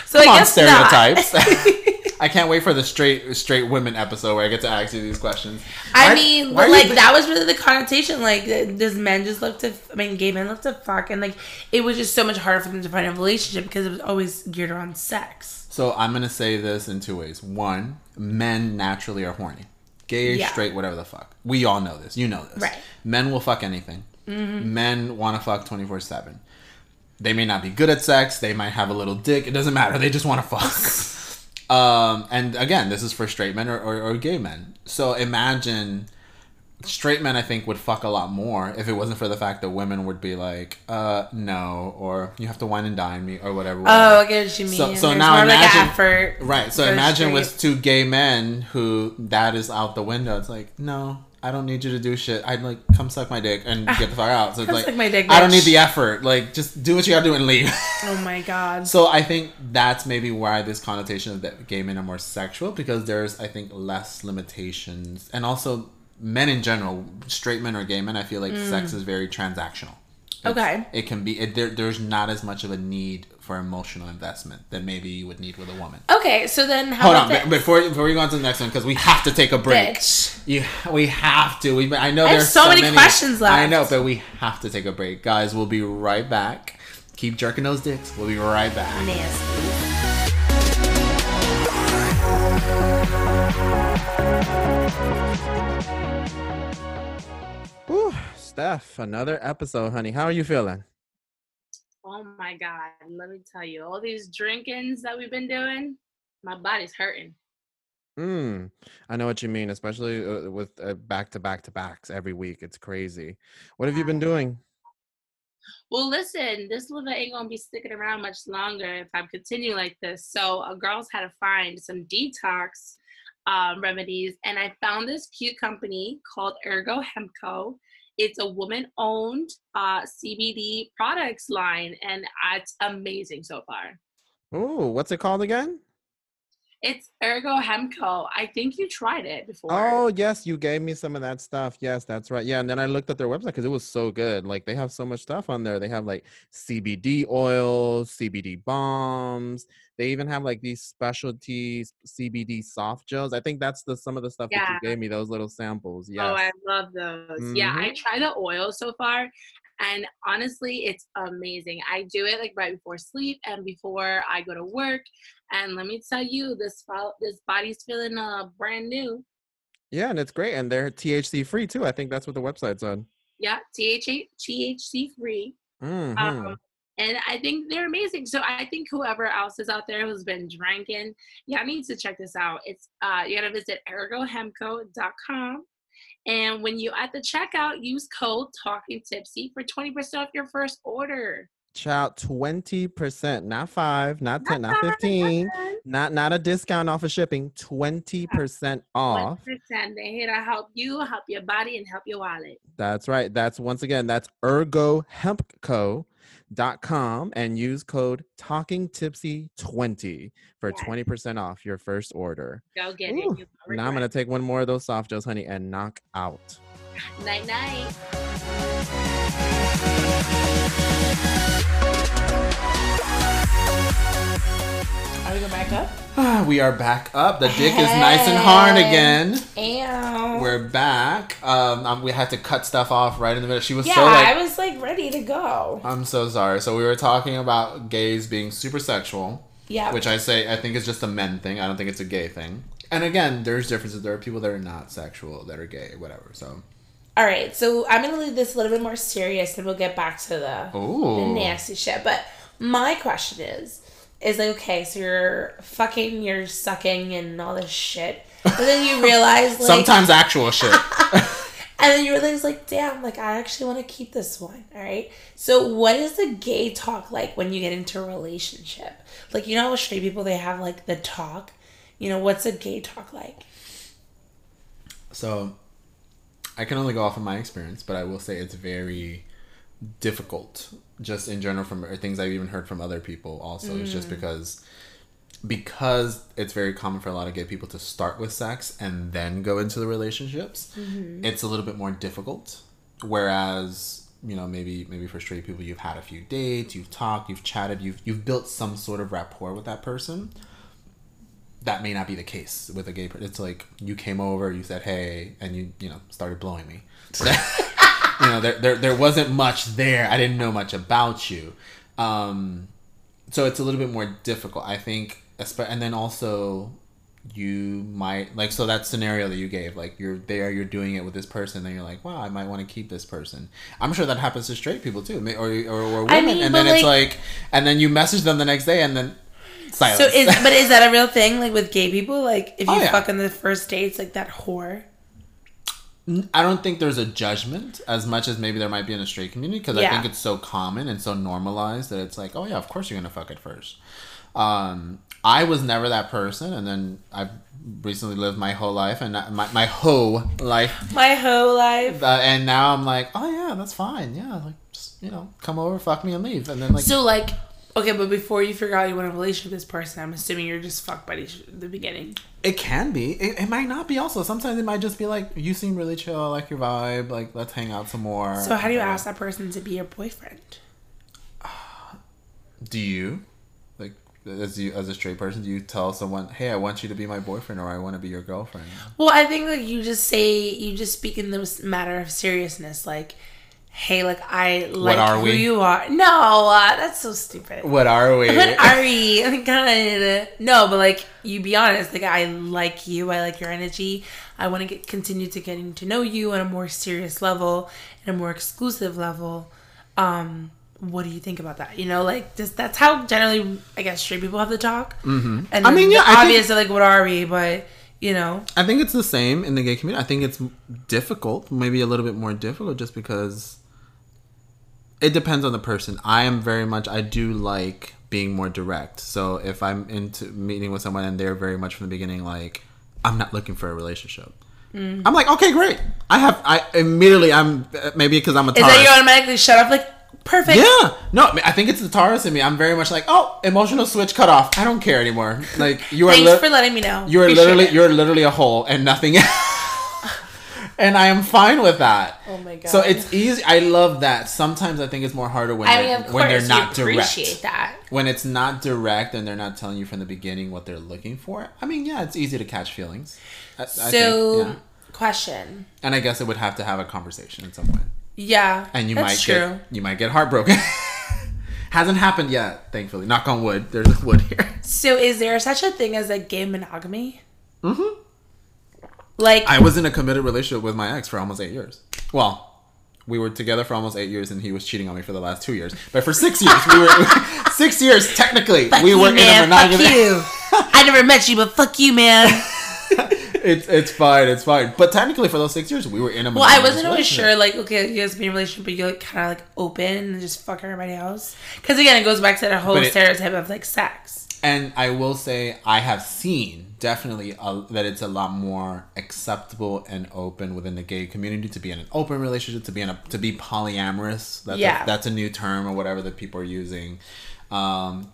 so Come I on, guess not. stereotypes. (laughs) I can't wait for the straight straight women episode where I get to ask you these questions. I Why- why mean, but, do you like thi- that was really the connotation. Like, th- does men just love to? I mean, gay men love to fuck, and like it was just so much harder for them to find a relationship because it was always geared around sex. So I'm gonna say this in two ways. One, men naturally are horny. Gay, Yeah. straight, whatever the fuck. We all know this. You know this. Right. Mm-hmm. Men will fuck anything. Men want to fuck 24 seven. They may not be good at sex. They might have a little dick. It doesn't matter. They just want to (laughs) fuck. um, and again, this is for straight men or, or, or gay men. So imagine straight men, I think, would fuck a lot more if it wasn't for the fact that women would be like, uh, no, or you have to wine and dine me or whatever. whatever. Oh, I get what you mean. So- so There's now more of, like, an imagine- effort, Right. So for imagine straight- with two gay men who that is out the window. It's like, no, I don't need you to do shit. I'd like come suck my dick and get the fuck out. So it's Come like, suck my dick, I don't bitch. need the effort. Like, just do what you gotta do and leave. (laughs) Oh my god. so I think that's maybe why this connotation of that gay men are more sexual because there's, I think, less limitations and also men in general, straight men or gay men. I feel like sex is very transactional. It's- Mm. Okay. It can be it, there. There's not as much of a need for emotional investment that maybe you would need with a woman. Okay, so then how Hold about on, that? be- before before we go on to the next one, because we have to take a break. Bitch. You, we have to. We, I know have there's so many questions left. I know, but we have to take a break, guys. We'll be right back. Keep jerking those dicks. We'll be right back. Nasty. Ooh, Steph, another episode, honey. How are you feeling? Oh my god. Let me tell you, all these drinkings that we've been doing, my body's hurting. Mm, I know what you mean, especially uh, with uh, back to back to backs every week. It's crazy. What have you been doing? Well, listen, this liver ain't gonna be sticking around much longer if I continue like this. So, a girl's had to find some detox um, remedies, and I found this cute company called Ergo Hemco. It's a woman-owned uh, CBD products line, and uh, it's amazing so far. Ooh, what's it called again? It's Ergo Hemco. I think you tried it before. Oh yes, you gave me some of that stuff. Yes, that's right. Yeah, and then I looked at their website because it was so good. Like they have so much stuff on there. They have like CBD oils, CBD bombs. They even have like these specialty s- CBD soft gels. I think that's the some of the stuff that you Yeah. gave me. Those little samples. Yes. Oh, I love those. Yeah, I try the oil so far, and honestly, it's amazing. I do it like right before sleep and before I go to work. And let me tell you, this fo- this body's feeling uh brand new. yeah, and it's great, and they're THC free too. I think that's what the website's on. Yeah, THC THC free. Mm-hmm. hmm Um, and I think they're amazing. So I think whoever else is out there who's been drinking, y'all need to check this out. It's uh, you gotta visit ergohemco.com. And when you at the checkout, use code Talking Tipsy for twenty percent off your first order. Child, twenty percent, not five, not ten, not, Bye. fifteen, not not a discount off of shipping. Twenty percent off. 1%. They're here to help you, help your body, and help your wallet. That's right. That's once again, that's ergohempco.com and use code talkingtipsy20 for Yes. 20% off your first order. Go get Ooh, it. Now I'm going to take one more of those soft gels, honey, and knock out. gonna night night. Are we going back up? Ah, we are back up. The dick is nice and hard Hey. again. Ew. We're back. Um, um, we had to cut stuff off right in the middle. She was yeah, so like, I was like ready to go. I'm so sorry. So we were talking about gays being super sexual, Yeah. which I say I think is just a men thing. I don't think it's a gay thing. And again, there's differences. There are people that are not sexual, that are gay, whatever. So, All right, so I'm gonna leave this a little bit more serious, and we'll get back to the, the ooh, nasty shit. But my question is, is like, okay, so you're fucking, you're sucking, and all this shit, but then (laughs) you realize, like, sometimes actual shit. and then you realize, like, damn, like I actually want to keep this one. All right, so what is the gay talk like when you get into a relationship? Like, you know, how straight people they have like the talk. You know, what's a gay talk like? So I can only go off of my experience, but I will say it's very difficult just in general from or things I've even heard from other people also is just because because it's very common for a lot of gay people to start with sex and then go into the relationships it's a little bit more difficult whereas you know maybe maybe for straight people you've had a few dates you've talked you've chatted you've you've built some sort of rapport with that person that may not be the case with a gay person. It's like you came over, you said hey, and you you know started blowing me. (laughs) you know there, there there wasn't much there. I didn't know much about you, um, so it's a little bit more difficult. I think, espe- and then also you might like so that scenario that you gave like you're there you're doing it with this person then you're like wow i might want to keep this person i'm sure that happens to straight people too may- or or, or women I mean, and but, then it's like and then you message them the next day and then silence So is but is that a real thing? Like with gay people, like if you Oh, yeah. fuck on the first date, it's like that whore. I don't think there's a judgment as much as maybe there might be in a straight community because I Yeah. think it's so common and so normalized that it's like, oh yeah, of course you're gonna fuck it first. Um, I was never that person, and then I've recently lived my whole life and I- my my whole life, My whole life. uh, and now I'm like, oh yeah, that's fine, yeah, like just you know, come over, fuck me, and leave, and then like, So like okay, but before you figure out you want a relationship with this person, I'm assuming you're just fucked buddies at the beginning. It can be. It, it might not be. Also, sometimes it might just be like, you seem really chill. I like your vibe. Like, let's hang out some more. So how do you ask that person to be your boyfriend? do you like as you as a straight person do you tell someone hey i want you to be my boyfriend or i want to be your girlfriend Well, I think like you just say you just speak in this matter of seriousness, like, hey, like I like are who we? you are. No, uh, that's so stupid. what are we (laughs) What are we? God. No, but like you be honest, like I like you, I like your energy. I want to get continue to getting to know you on a more serious level and a more exclusive level. Um, what do you think about that? You know, like just that's how generally I guess straight people have the talk. Mm-hmm. And I mean, then yeah, the I think- obvious like what are we? But you know, i think it's the same in the gay community i think it's difficult maybe a little bit more difficult just because it depends on the person i am very much i do like being more direct so if i'm into meeting with someone and they're very much from the beginning like i'm not looking for a relationship Mm. i'm like okay great i have i immediately i'm uh, maybe because i'm a is Taurus. that you automatically shut up? Like perfect. Yeah. No, I mean, I think it's the Taurus in me. I'm very much like, oh, emotional switch cut off. I don't care anymore. Like you are, Thanks lit for letting me know. you are Appreciate literally, it. you're literally a hole and nothing. (laughs) and I am fine with that. Oh my So God. it's easy. I love that. Sometimes I think it's more harder when I mean, they're, of course, when they're not you direct. appreciate that. When it's not direct and they're not telling you from the beginning what they're looking for. I mean, yeah, it's easy to catch feelings. I, I so, think, yeah. question. and I guess it would have to have a conversation at some point. Yeah, and you that's might true. get you might get heartbroken. (laughs) Hasn't happened yet, thankfully. Knock on wood. There's (laughs) wood here. So, is there such a thing as a gay monogamy? Mm-hmm. Like, I was in a committed relationship with my ex for almost eight years. Well, we were together for almost eight years, and he was cheating on me for the last two years. But for six years, we were (laughs) six years technically. Fuck we you, were in man. a monogamous. Fuck you. I never met you, but fuck you, man. (laughs) it's it's fine, it's fine. But technically, for those six years, we were in a. Well, I monogamous wasn't always relationship. sure, like, okay, you guys be in a relationship, but you're like, kind of like open and just fuck everybody else. Because again, it goes back to that whole But it- stereotype of like sex. And I will say, I have seen definitely a, that it's a lot more acceptable and open within the gay community to be in an open relationship, to be in a to be polyamorous. That's Yeah. a, that's a new term or whatever that people are using. Um,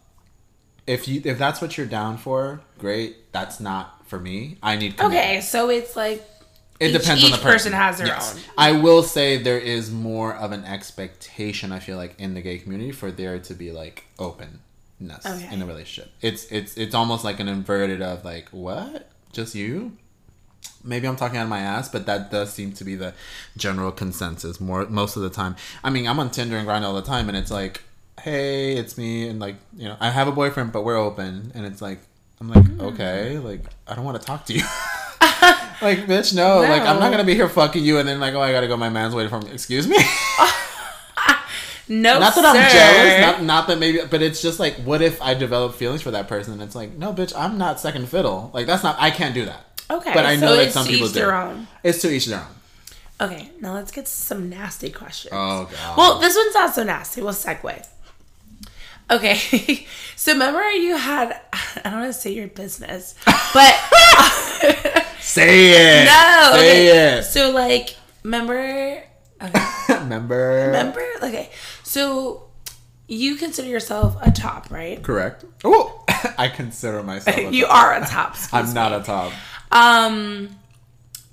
if you if that's what you're down for, great. That's not for me. I need commitment. Okay, so it's like It Each- depends on each the person. person has their own. I will say there is more of an expectation. I feel like in the gay community for there to be like openness Okay. in the relationship. It's it's it's almost like an inverted of like what just you. Maybe I'm talking out of my ass, but that does seem to be the general consensus more most of the time. I mean, I'm on Tinder and Grind all the time, and it's like, hey, it's me, and like you know, I have a boyfriend, but we're open, and it's like, I'm like, Mm. okay, like I don't want to talk to (laughs) you. Like, bitch, no. Like, I'm not No. gonna be here fucking you, and then like, oh, I gotta go. My man's waiting for me. Excuse me. (laughs) no. not that I'm sir. jealous. Not, not that maybe, but it's just like, what if I develop feelings for that person? And it's like, no, bitch, I'm not second fiddle. Like, that's not. I can't do that. okay, but I so know that it's some to people each do. Their own. It's to each their own. Okay, now let's get some nasty questions. Oh, God. Well, this one's not so nasty. We'll segue. Okay, (laughs) so remember you had I don't want to say your business, (laughs) but Say it. no. Say okay. it. So like, remember (laughs) Remember. Remember? Okay. So you consider yourself a top, right? Correct. Oh, (laughs) I consider myself. A (laughs) You top. are a top. (laughs) I'm not a top. Um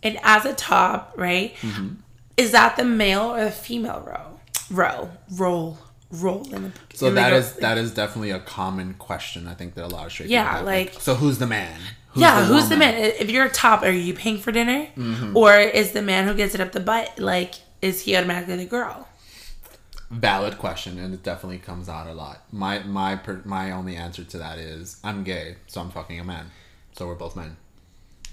and as a top, right? Mm-hmm. Is that the male or the female row? Row. Roll. Roll in the So in the that girl- is that is definitely a common question. I think that a lot of straight Yeah, people have. like- so who's the man? Who's yeah, who's the woman? Mm-hmm. man? If you're a top, are you paying for dinner? Or is the man who gets it up the butt like is he automatically the girl? valid question and it definitely comes out a lot my my per, my only answer to that is i'm gay so i'm fucking a man so we're both men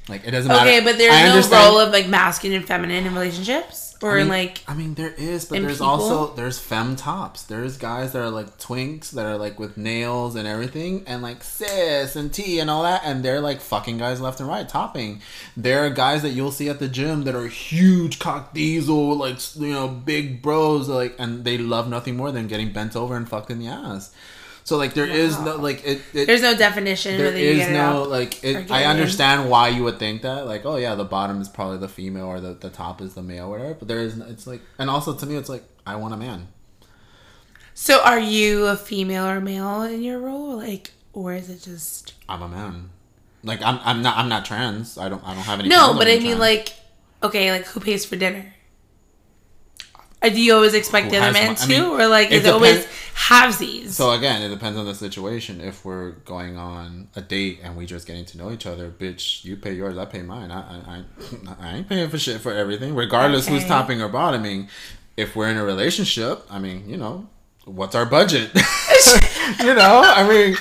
like it doesn't matter Okay, but there's I no understand- role of like masculine and feminine in relationships or I mean, in like i mean there is but in there's people? also there's femme tops there's guys that are like twinks that are like with nails and everything and like sis and tea and all that and they're like fucking guys left and right topping there are guys that you'll see at the gym that are huge cock diesel like s- you know big bros like and they love nothing more than getting bent over and fucked in the ass so like there is no like it, it there's no definition there whether you is get it no up. like or it, get i it in. understand why you would think that like oh yeah the bottom is probably the female or the, the top is the male or whatever but there is it's like and also to me it's like i want a man So are you a female or male in your role? Like or is it just i'm a man like i'm, I'm not i'm not trans i don't i don't have any No, problem but I being mean trans. like okay, like who pays for dinner? Uh, Do you always expect Who the other has man mo- to, I mean, or like it is it always depends- halvesies? so again it depends on the situation if we're going on a date and we just getting to know each other bitch you pay yours i pay mine i i, I, I ain't paying for shit for everything regardless who's Okay. topping or bottoming if we're in a relationship i mean you know what's our budget (laughs) you know, I mean,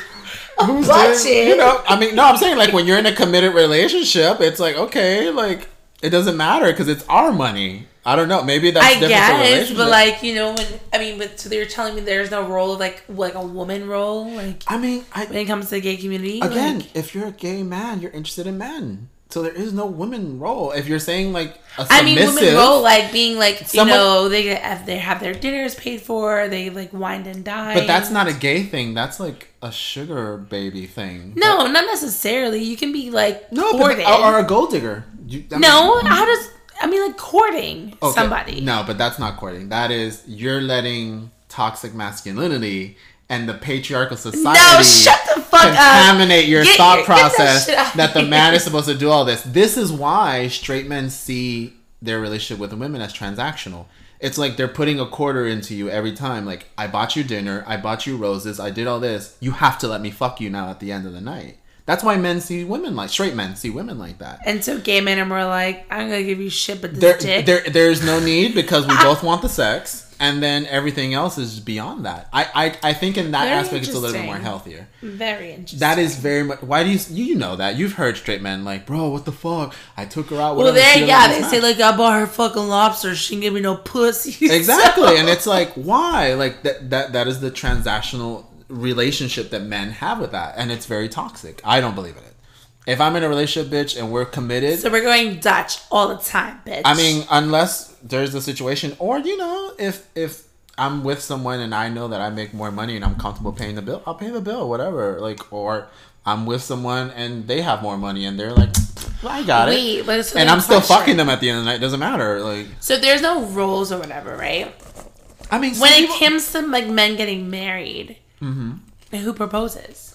who's budget. doing, you know, I mean, no, I'm saying like when you're in a committed relationship, it's like okay, like it doesn't matter because it's our money. I don't know, maybe that's I different for guess, relationships. but like you know, when I mean, but so you're telling me there's no role of like like a woman role, like I mean, I when it comes to the gay community. again, like- if you're a gay man, you're interested in men, so there is no women role. If you're saying like a submissive, I mean, women role like being like you Someone- know they get- if they have their dinners paid for, they like wind and dine. but that's not a gay thing. That's like a sugar baby thing. no, not necessarily. You can be like no, but, courted. or, or a gold digger. You, I mean- no, how does I mean like courting Okay. somebody? No, but that's not courting. That is you're letting toxic masculinity and the patriarchal society no, shut the fuck up. contaminate your uh, Get- thought get that process shit out of that, the here. man is supposed to do all this. This is why straight men see their relationship with women as transactional. It's like they're putting a quarter into you every time. Like I bought you dinner, I bought you roses, I did all this. You have to let me fuck you now at the end of the night. That's why men see women like straight men see women like that. And so gay men are more like, I'm gonna give you shit, but this There, dick. (laughs) there, there's no need because we both want the sex. and then everything else is beyond that. I I, I think in that Very aspect it's a little bit more interesting. healthier. Very interesting. That is very much. Why do you you you know that you've heard straight men like, bro, what the fuck? I took her out. well, whatever, she doesn't there, yeah, have they time." say like I bought her fucking lobster. She didn't give me no pussy. (laughs) exactly, and it's like why? Like that that that is the transactional relationship that men have with that, and it's very toxic. I don't believe in it. If I'm in a relationship, bitch, and we're committed, So we're going Dutch all the time, bitch. I mean, unless there's a situation, or you know, if if I'm with someone and I know that I make more money and I'm comfortable paying the bill, I'll pay the bill, whatever. Like, or I'm with someone and they have more money and they're like, well, I got wait, it, but it's and I'm still question. fucking them at the end of the night. Doesn't matter. Like, So there's no rules or whatever, right? I mean, some When it people- Mm-hmm. comes to like men getting married, who proposes?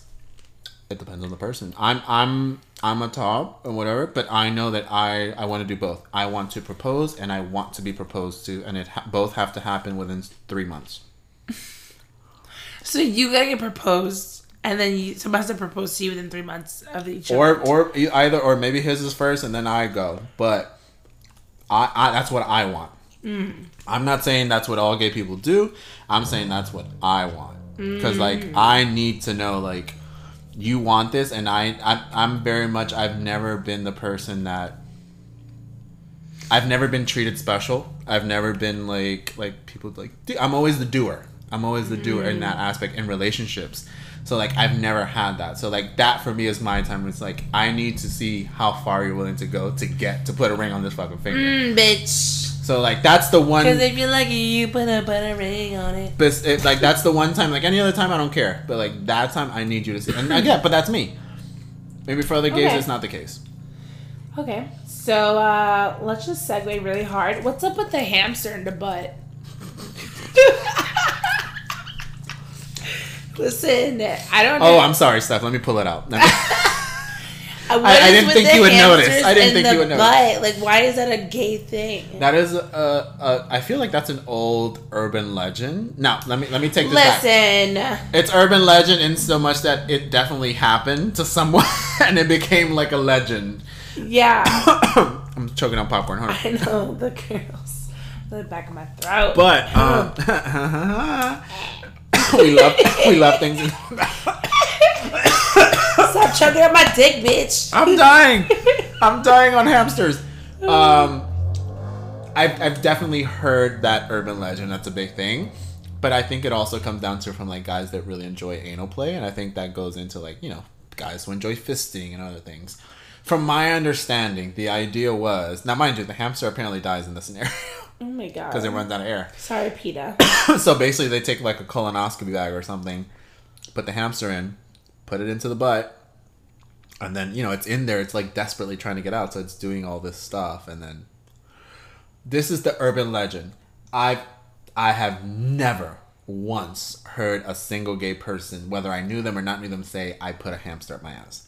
it depends on the person. I'm I'm I'm a top and whatever, but I know that I I want to do both. I want to propose and I want to be proposed to, and it ha- both have to happen within three months. So you gotta get proposed, and then you, somebody has to propose to you within three months of each or other. or e- either or maybe his is first and then I go. But I, I that's what I want. I'm not saying that's what all gay people do. I'm saying that's what I want because like I need to know like you want this and I, I I'm very much I've never been the person that I've never been treated special. I've never been like like people like do- I'm always the doer. I'm always the doer in Mm. that aspect in relationships. So like I've never had that. So like that for me is my time. It's like I need to see how far you're willing to go to get to put a ring on this fucking finger. Mm, bitch. So like that's the one. Because if you're lucky, you put a butter ring on it. But it, like that's the one time. Like any other time, I don't care. But like that time, I need you to see. And again, but that's me. Maybe for other gays, Okay. it's not the case. Okay, so uh, let's just segue really hard. What's up with the hamster in the butt? (laughs) Listen, I don't. Oh, know. I'm sorry, Steph. Let me pull it out. Let me- What I- I is didn't with think the you would notice. hamsters I didn't in think the you would notice. Butt? Like, why is that a gay thing? that is. Uh, uh, I feel like that's an old urban legend. Now let me let me take this back. Listen, It's urban legend in so much that it definitely happened to someone, (laughs) and it became like a legend. (coughs) yeah, (laughs) I'm choking on popcorn. Hold on. I know the girls, the back of my throat. But um, Uh, (laughs) we love we love things. stop chugging at my dick, bitch. I'm dying. I'm dying on hamsters. Um, I've, I've definitely heard that urban legend. That's a big thing. But I think it also comes down to from like guys that really enjoy anal play. And I think that goes into like, you know, guys who enjoy fisting and other things. From my understanding, the idea was now, mind you, the hamster apparently dies in this scenario (laughs) Oh my god. because it runs out of air. Sorry, Peta. (laughs) so basically they take like a colonoscopy bag or something put the hamster in put it into the butt and then you know it's in there it's like desperately trying to get out so it's doing all this stuff and then this is the urban legend i i have never once heard a single gay person whether i knew them or not knew them say i put a hamster up my ass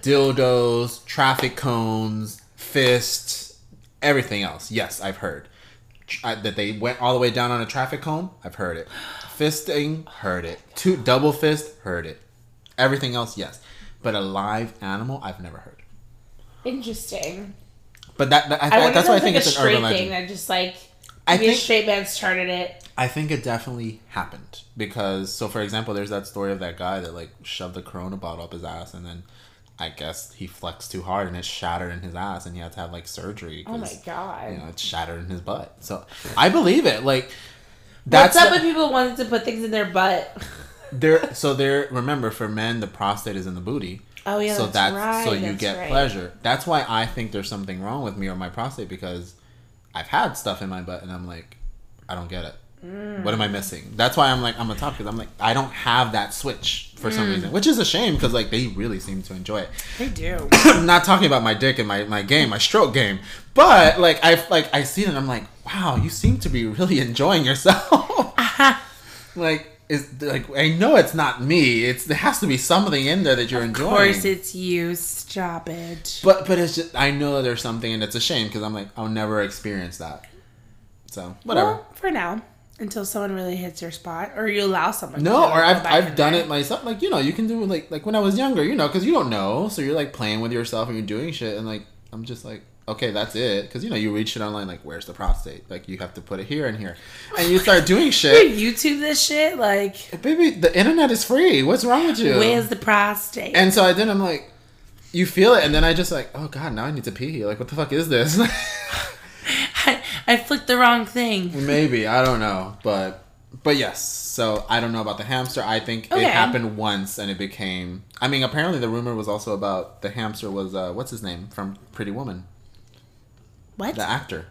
dildos traffic cones fists everything else yes i've heard I, that they went all the way down on a traffic cone. I've heard it. Fisting, heard it. Two double fist, heard it. Everything else, yes, but a live animal, I've never heard. Interesting. But that, that- I, I wonder that's if why I that's think like a it's an urban straight legend. thing that just like I maybe a think straight man started it. I think it definitely happened because so for example, there's that story of that guy that like shoved the Corona bottle up his ass and then. I guess he flexed too hard and it shattered in his ass, and he had to have like surgery. Oh my 'cause, god. You know, it's shattered in his butt. So I believe it. Like What's up the- with people wanting to put things in their butt? there so there remember for men the prostate is in the booty Oh yeah, so that's, that's right. so you that's get right. pleasure that's why i think there's something wrong with me or my prostate because i've had stuff in my butt and i'm like i don't get it what am Mm. i missing that's why i'm like i'm a top because i'm like i don't have that switch for some reason which is a shame because like they really seem to enjoy it Mm. They do. I'm (coughs) not talking about my dick and my, my game, my stroke game, but like I like I see it and I'm like, wow, you seem to be really enjoying yourself. (laughs) like is like I know it's not me. It's there has to be something in there that you're Of enjoying. course, it's you. Stop it. but but it's just I know there's something and it's a shame because I'm like I'll never experience that. So whatever. Well, for now, until someone really hits your spot, or you allow someone. no, to or go I've, back in I've done there. it myself. Like you know, you can do like like when I was younger, you know, because you don't know, so you're like playing with yourself and you're doing shit, and like I'm just like okay, that's it. Because you know, you read shit online like, where's the prostate? Like you have to put it here and here, and you start (laughs) doing shit. You YouTube this shit, like, Baby, the internet is free. What's wrong with you? where's the prostate? And so I then I'm like, you feel it, and then I just like, oh god, now I need to pee. Like, what the fuck is this? (laughs) (laughs) I, I flicked the wrong thing. Maybe I don't know, but but yes. So I don't know about the hamster. I think Okay. it happened once, and it became. I mean, apparently the rumor was also about the hamster was uh, what's his name from Pretty Woman, What? the actor.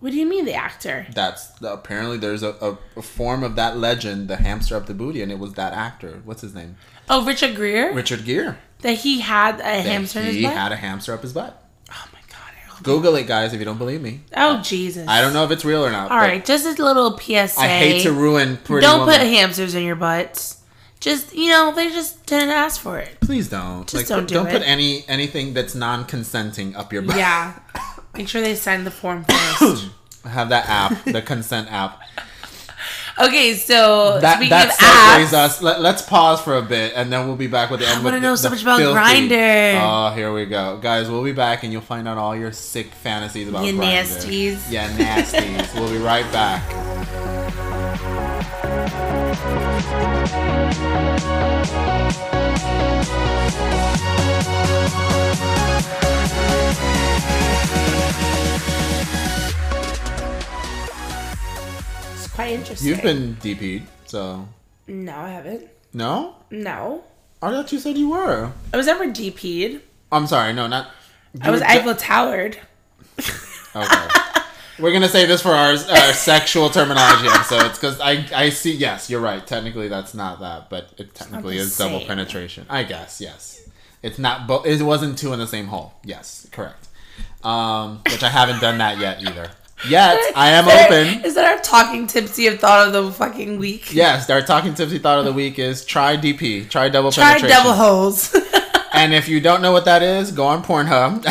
What do you mean the actor? That's apparently there's a, a, a form of that legend, the hamster up the booty, and it was that actor. What's his name? Oh, Richard Greer? Richard Gere. that he had a That hamster in his He butt? had a hamster up his butt. oh my god. I hope- Google it, guys, if you don't believe me. Oh, Jesus. I don't know if it's real or not. All right, just a little PSA. I hate to ruin Pretty Don't Woman. put hamsters in your butts. Just, you know, they just didn't ask for it. Please don't. Just don't do put it. any anything that's non-consenting up your butt. (laughs) Yeah. Make sure they sign the form (coughs) first. Have that (laughs) app, the consent app. okay, so That speaking that of apps, segues us. Let, let's pause for a bit, and then we'll be back with the. I end wanna with know the- so the much about filthy- Grindr. Oh, here we go, guys. We'll be back, and you'll find out all your sick fantasies about You Grindr. nasties. Yeah, nasties. we'll be right back. it's quite interesting. You've been DP'd, so No, I haven't. no. No. I thought you said you were. I was never DP'd. I'm sorry. No, not. I was Eiffel Towered. Okay. We're gonna say this for our, our sexual terminology episodes because I I see yes you're right technically that's not that but it technically the is double same. penetration I guess yes it's not both it wasn't two in the same hole yes correct um which I haven't done that yet either yet I am (laughs) Is that- open Is that our talking tipsy of thought of the fucking week? yes our talking tipsy thought of the week is try DP try double Try penetration (laughs) double holes. and if you don't know what that is go on Pornhub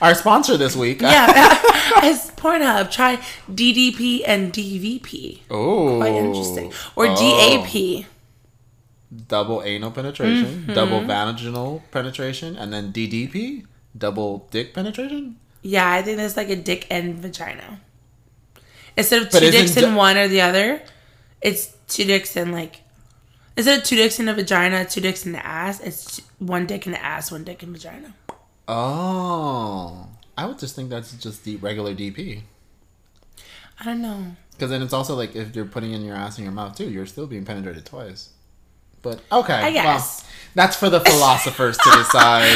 (laughs) our sponsor this week yeah. (laughs) As Pornhub, try DDP and DVP. oh Quite interesting. Or DAP. double anal penetration, Mm-hmm. double vaginal penetration, and then DDP, double dick penetration. Yeah, I think that's like a dick and vagina. Instead of But two isn't dicks in d- one or the other, it's two dicks in like. Instead of two dicks in a vagina, two dicks in the ass, it's t- one dick in the ass, one dick in vagina. Oh, I would just think that's just the regular DP. I don't know. Because then it's also like if you're putting in your ass in your mouth too, you're still being penetrated twice. But okay, I guess. that's for the philosophers to (laughs) decide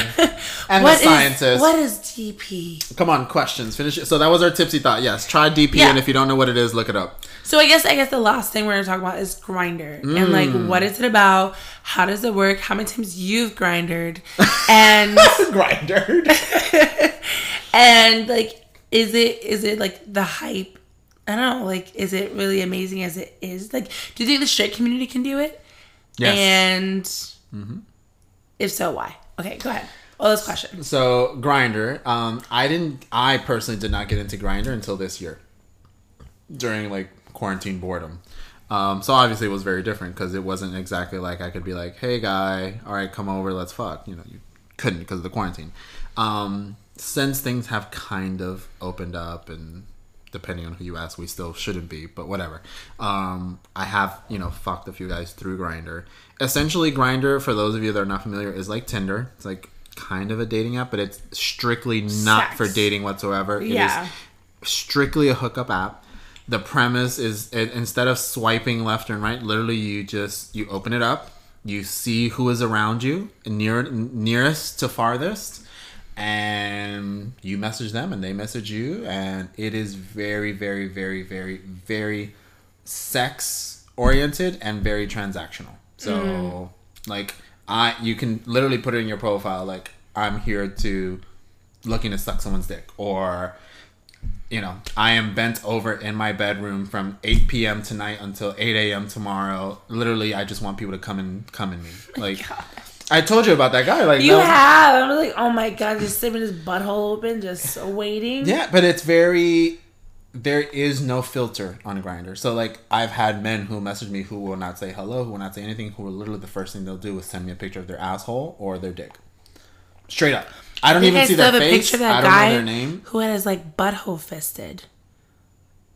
and What the is- scientists. what is DP? Come on, questions. Finish it. So that was our tipsy thought. Yes, try DP, Yeah. and if you don't know what it is, look it up. So I guess I guess the last thing we're gonna talk about is grinder and like Mm. what is it about? How does it work? How many times you've (laughs) grindered, and Grinder. (laughs) and like is it is it like the hype? I don't know. Like is it really amazing as it is? Like do you think the straight community can do it? Yes. Mm-hmm. And if so, why? Okay, go ahead. All those questions. So Grinder, um, I didn't. I personally did not get into Grinder until this year, during like quarantine boredom. Um, so obviously it was very different because it wasn't exactly like I could be like, "Hey guy, all right, come over, let's fuck." You know, you couldn't because of the quarantine. Um, since things have kind of opened up, and depending on who you ask, we still shouldn't be, but whatever. Um, I have you know fucked a few guys through Grinder. Essentially, Grinder for those of you that are not familiar is like Tinder. It's like kind of a dating app, but it's strictly not Sex. for dating whatsoever. It is Yeah. strictly a hookup app. The premise is i- instead of swiping left and right, literally you just you open it up, you see who is around you, near n- nearest to farthest, and you message them and they message you, and it is very very very very very sex oriented and very transactional. So like I you can literally put it in your profile like I'm here to looking to suck someone's dick or you know, I am bent over in my bedroom from 8 p.m. tonight until 8 a.m. tomorrow. Literally, I just want people to come and come in me. Like, I told you about that guy. Like, Oh You that was- have. I'm like, oh my god, just sitting with his butthole open, just waiting. yeah, but it's very. There is no filter on Grinder. So, like, I've had men who message me who will not say hello, who will not say anything, who will literally the first thing they'll do is send me a picture of their asshole or their dick. Straight up. I don't You even guys see still their have a face. picture of that I don't guy? know their name. Who had his like butthole fisted?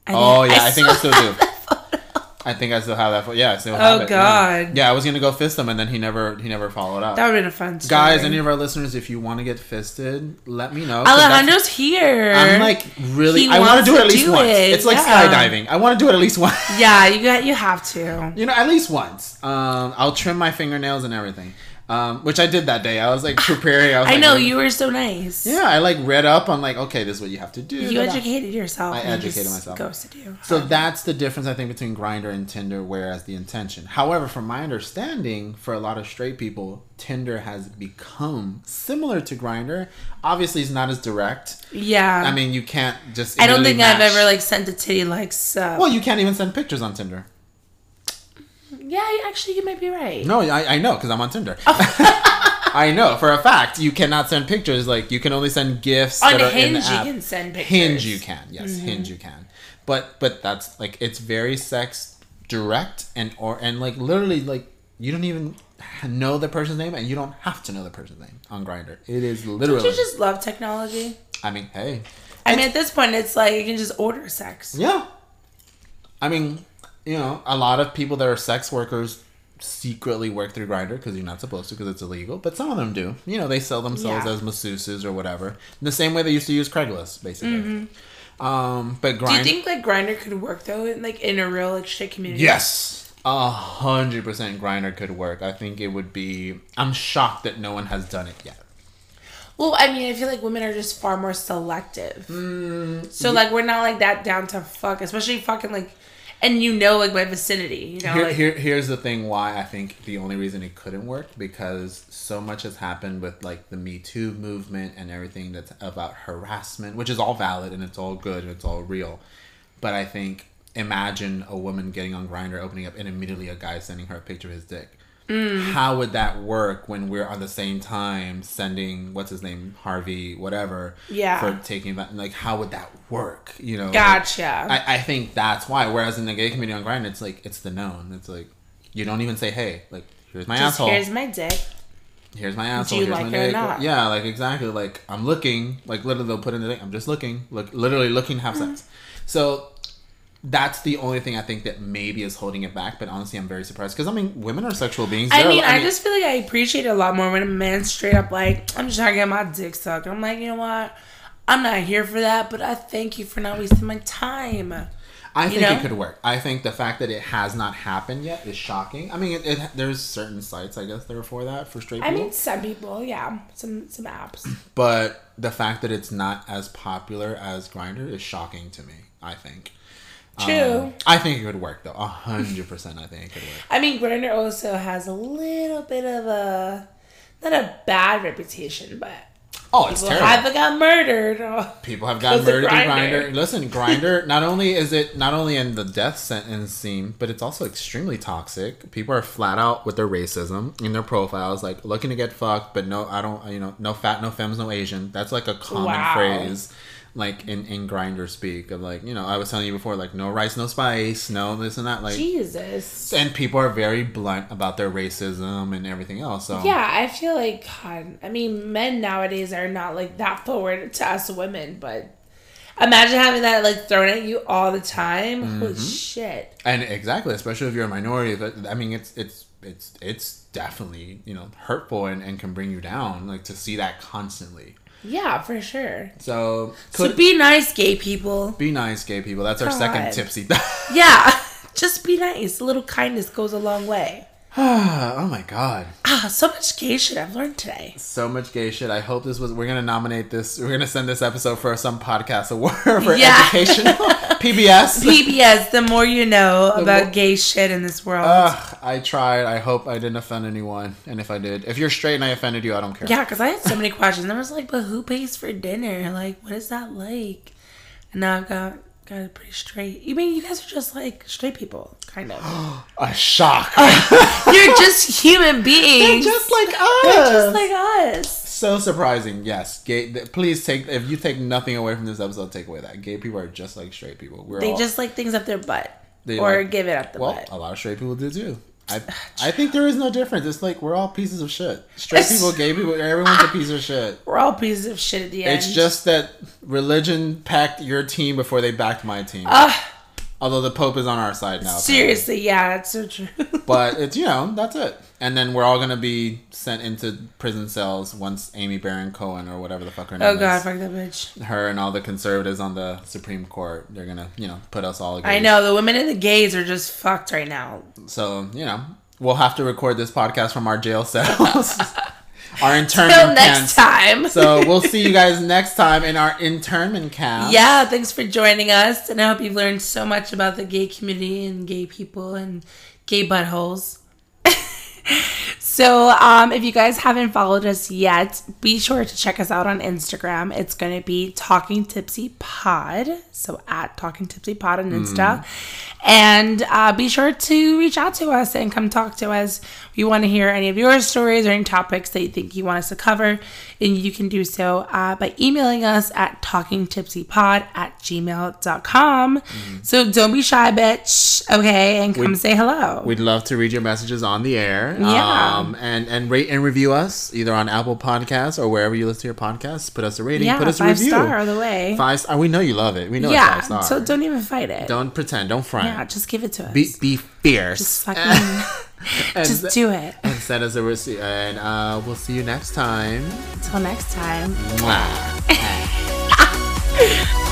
I Oh yeah, I, think I saw still do. I think I still have that. Pho- yeah, I still have Oh, it. God. Yeah. yeah, I was gonna go fist him, and then he never he never followed up. that would have been a fun story. Guys, any of our listeners, if you want to get fisted, let me know. 'cause that's- Alejandro's here. I'm like really. He I want to wants do it to at least do once. it, It's like yeah. skydiving. I want to do it at least (laughs) once. yeah, you got, you have to. You know, at least once. Um, I'll trim my fingernails and everything. Um, which I did that day. I was like preparing. I, was, I like, know reading- you were so nice. Yeah, I like read up on like okay, this is what you have to do. you da-da. educated yourself. I and he educated just myself. Ghosted you. So that's the difference I think between Grinder and Tinder, whereas the intention. However, from my understanding, for a lot of straight people, Tinder has become similar to Grinder. Obviously, it's not as direct. Yeah. I mean, you can't just. I don't think immediately I've match- ever like sent a titty like so. Well, you can't even send pictures on Tinder. yeah, you- actually, you might be right. No, I, I know because I'm on Tinder. Oh. (laughs) I know for a fact you cannot send pictures. Like you can only send gifts. On that are in the Hinge, you app. can send pictures. Mm-hmm. Hinge you can. Yes, Hinge you can. But but that's like it's very sex direct and or and like literally like you don't even know the person's name and you don't have to know the person's name on Grinder. It is Don't literally. you just love technology? I mean, hey, I mean, at this point, it's like you can just order sex. yeah. I mean, you know, a lot of people that are sex workers secretly work through Grinder because you're not supposed to because it's illegal. But some of them do. You know, they sell themselves Yeah. as masseuses or whatever. The same way they used to use Craigslist, basically. Um, but Mm-hmm. Do Grinder. you think like Grinder could work though, in, like in a real like shit community? Yes. A hundred percent grinder could work. I think it would be I'm shocked that no one has done it yet. Well, I mean, I feel like women are just far more selective. Mm, so like we're not like that down to fuck, especially fucking like, and you know like my vicinity, you know. Here, like, here, here's the thing why I think the only reason it couldn't work because so much has happened with like the Me Too movement and everything that's about harassment, which is all valid and it's all good and it's all real. But I think imagine a woman getting on Grinder, opening up, and immediately a guy sending her a picture of his dick. Mm. How would that work when we're on the same time sending what's his name Harvey whatever Yeah. for taking that like how would that work you know like, Gotcha. I, I think that's why. Whereas in the gay community on Grindr, it's like it's the known. It's like you don't even say, "Hey, like here's my Just asshole. here's my dick. Here's my asshole. you here's like my it or dick." not? Yeah, like exactly. Like I'm looking. Like literally, they'll put in the thing. I'm just looking. Look, literally looking to have Mm-hmm. sex. So that's the only thing I think that maybe is holding it back. But honestly, I'm very surprised because I mean, women are sexual beings. I They're- mean, I, just feel like I appreciate it a lot more when a man's straight up like, I'm just trying to get my dick sucked. I'm like, you know what? I'm not here for that, but I thank you for not wasting my time. I think know? it could work. I think the fact that it has not happened yet is shocking. I mean, it, it, there's certain sites I guess that are for that for straight I people. mean, some people, yeah, some some apps. but the fact that it's not as popular as Grinder is shocking to me. I think. True. Um, I think it would work though. A hundred percent, I think it could work. I mean, Grinder also has a little bit of a not a bad reputation, but Oh, it's well, terrible. I got murdered. Oh, People have gotten Because of murdered through Grindr. Grinder. Listen, Grinder. not only is it not only in the death sentence scene, but it's also extremely toxic. People are flat out with their racism in their profiles, like looking to get fucked, but no, I don't. You know, no fat, no femmes, no Asian. That's like a common Wow. phrase. Like in, in grinder speak of like you know I was telling you before like no rice no spice no this and that like (laughs) Jesus. and people are very blunt about their racism and everything else. So Yeah, I feel like God. I mean, men nowadays are not like that forward to us women, but imagine having that like thrown at you all the time. Mm-hmm. Holy shit! and exactly, especially if you're a minority. But I mean, it's it's it's it's definitely you know hurtful and, and can bring you down. Like to see that constantly. Yeah, for sure. So So could be-, be nice, gay people. nice, gay people. That's our God. second tipsy. Yeah, (laughs) just be nice. A little kindness goes a long way. (laughs) (sighs) oh my god, Ah, so much gay shit I've learned today. so much gay shit. I hope this was. We're gonna nominate this. We're gonna send this episode for some podcast award for Yeah. (laughs) educational PBS. PBS, the more you know about more- Ah. gay shit in this world. Ugh, I tried. I hope I didn't offend anyone. And if I did, if you're straight and I offended you, I don't care. yeah, because I had so many questions. I was like, but who pays for dinner? Like, what is that like? And now I've got got it pretty straight. You mean you guys are just like straight people, kind (gasps) of. A shock. (laughs) You're just human beings. just like us. Just like us. so surprising. Yes. Gay. Th- please take. If you take nothing away from this episode, take away that gay people are just like straight people. We're They all, just like things up their butt. They or like- give it up the well, butt. a lot of straight people do too. (sighs) I, I think there is no difference. It's like we're all pieces of shit. Straight people, gay people, everyone's a piece of (sighs) shit. We're all pieces of shit at the end. It's just that religion packed your team before they backed my team. Ugh, Although the Pope is on our side now. apparently. seriously, yeah, it's so true. (laughs) But it's you know that's it. And then we're all gonna be sent into prison cells once Amy Baron Cohen or whatever the fuck her name oh god, is. fuck that bitch. Her and all the conservatives on the Supreme Court, they're gonna you know put us all. I against- know the women and the gays are just fucked right now. So you know we'll have to record this podcast from our jail (laughs) cells, our Till internment camps. next time. So we'll see you guys next time in our internment camp. yeah, thanks for joining us, and I hope you've learned so much about the gay community and gay people and gay buttholes. so, um, if you guys haven't followed us yet, be sure to check us out on Instagram. It's going to be Talking Tipsy Pod, so at Talking Tipsy Pod on Hmm. Insta, and uh, be sure to reach out to us and come talk to us. We want to hear any of your stories or any topics that you think you want us to cover, and you can do so uh, by emailing us at talkingtipsypod at gmail.com. Hmm. So don't be shy, bitch, okay? And come say hello. We'd love to read your messages on the air. Yeah. Um, and, and rate and review us either on Apple Podcasts or wherever you listen to your podcasts. Put us a rating. yeah, put us a five review. star all the way. Five star. We know you love it. We know yeah, it's five star. so don't even fight it. Don't pretend. Don't front. yeah, just give it to us. be, be fierce. just fucking, (laughs) and, (laughs) just do it. and send us a receipt. And uh, we'll see you next time. Until next time. Mwah.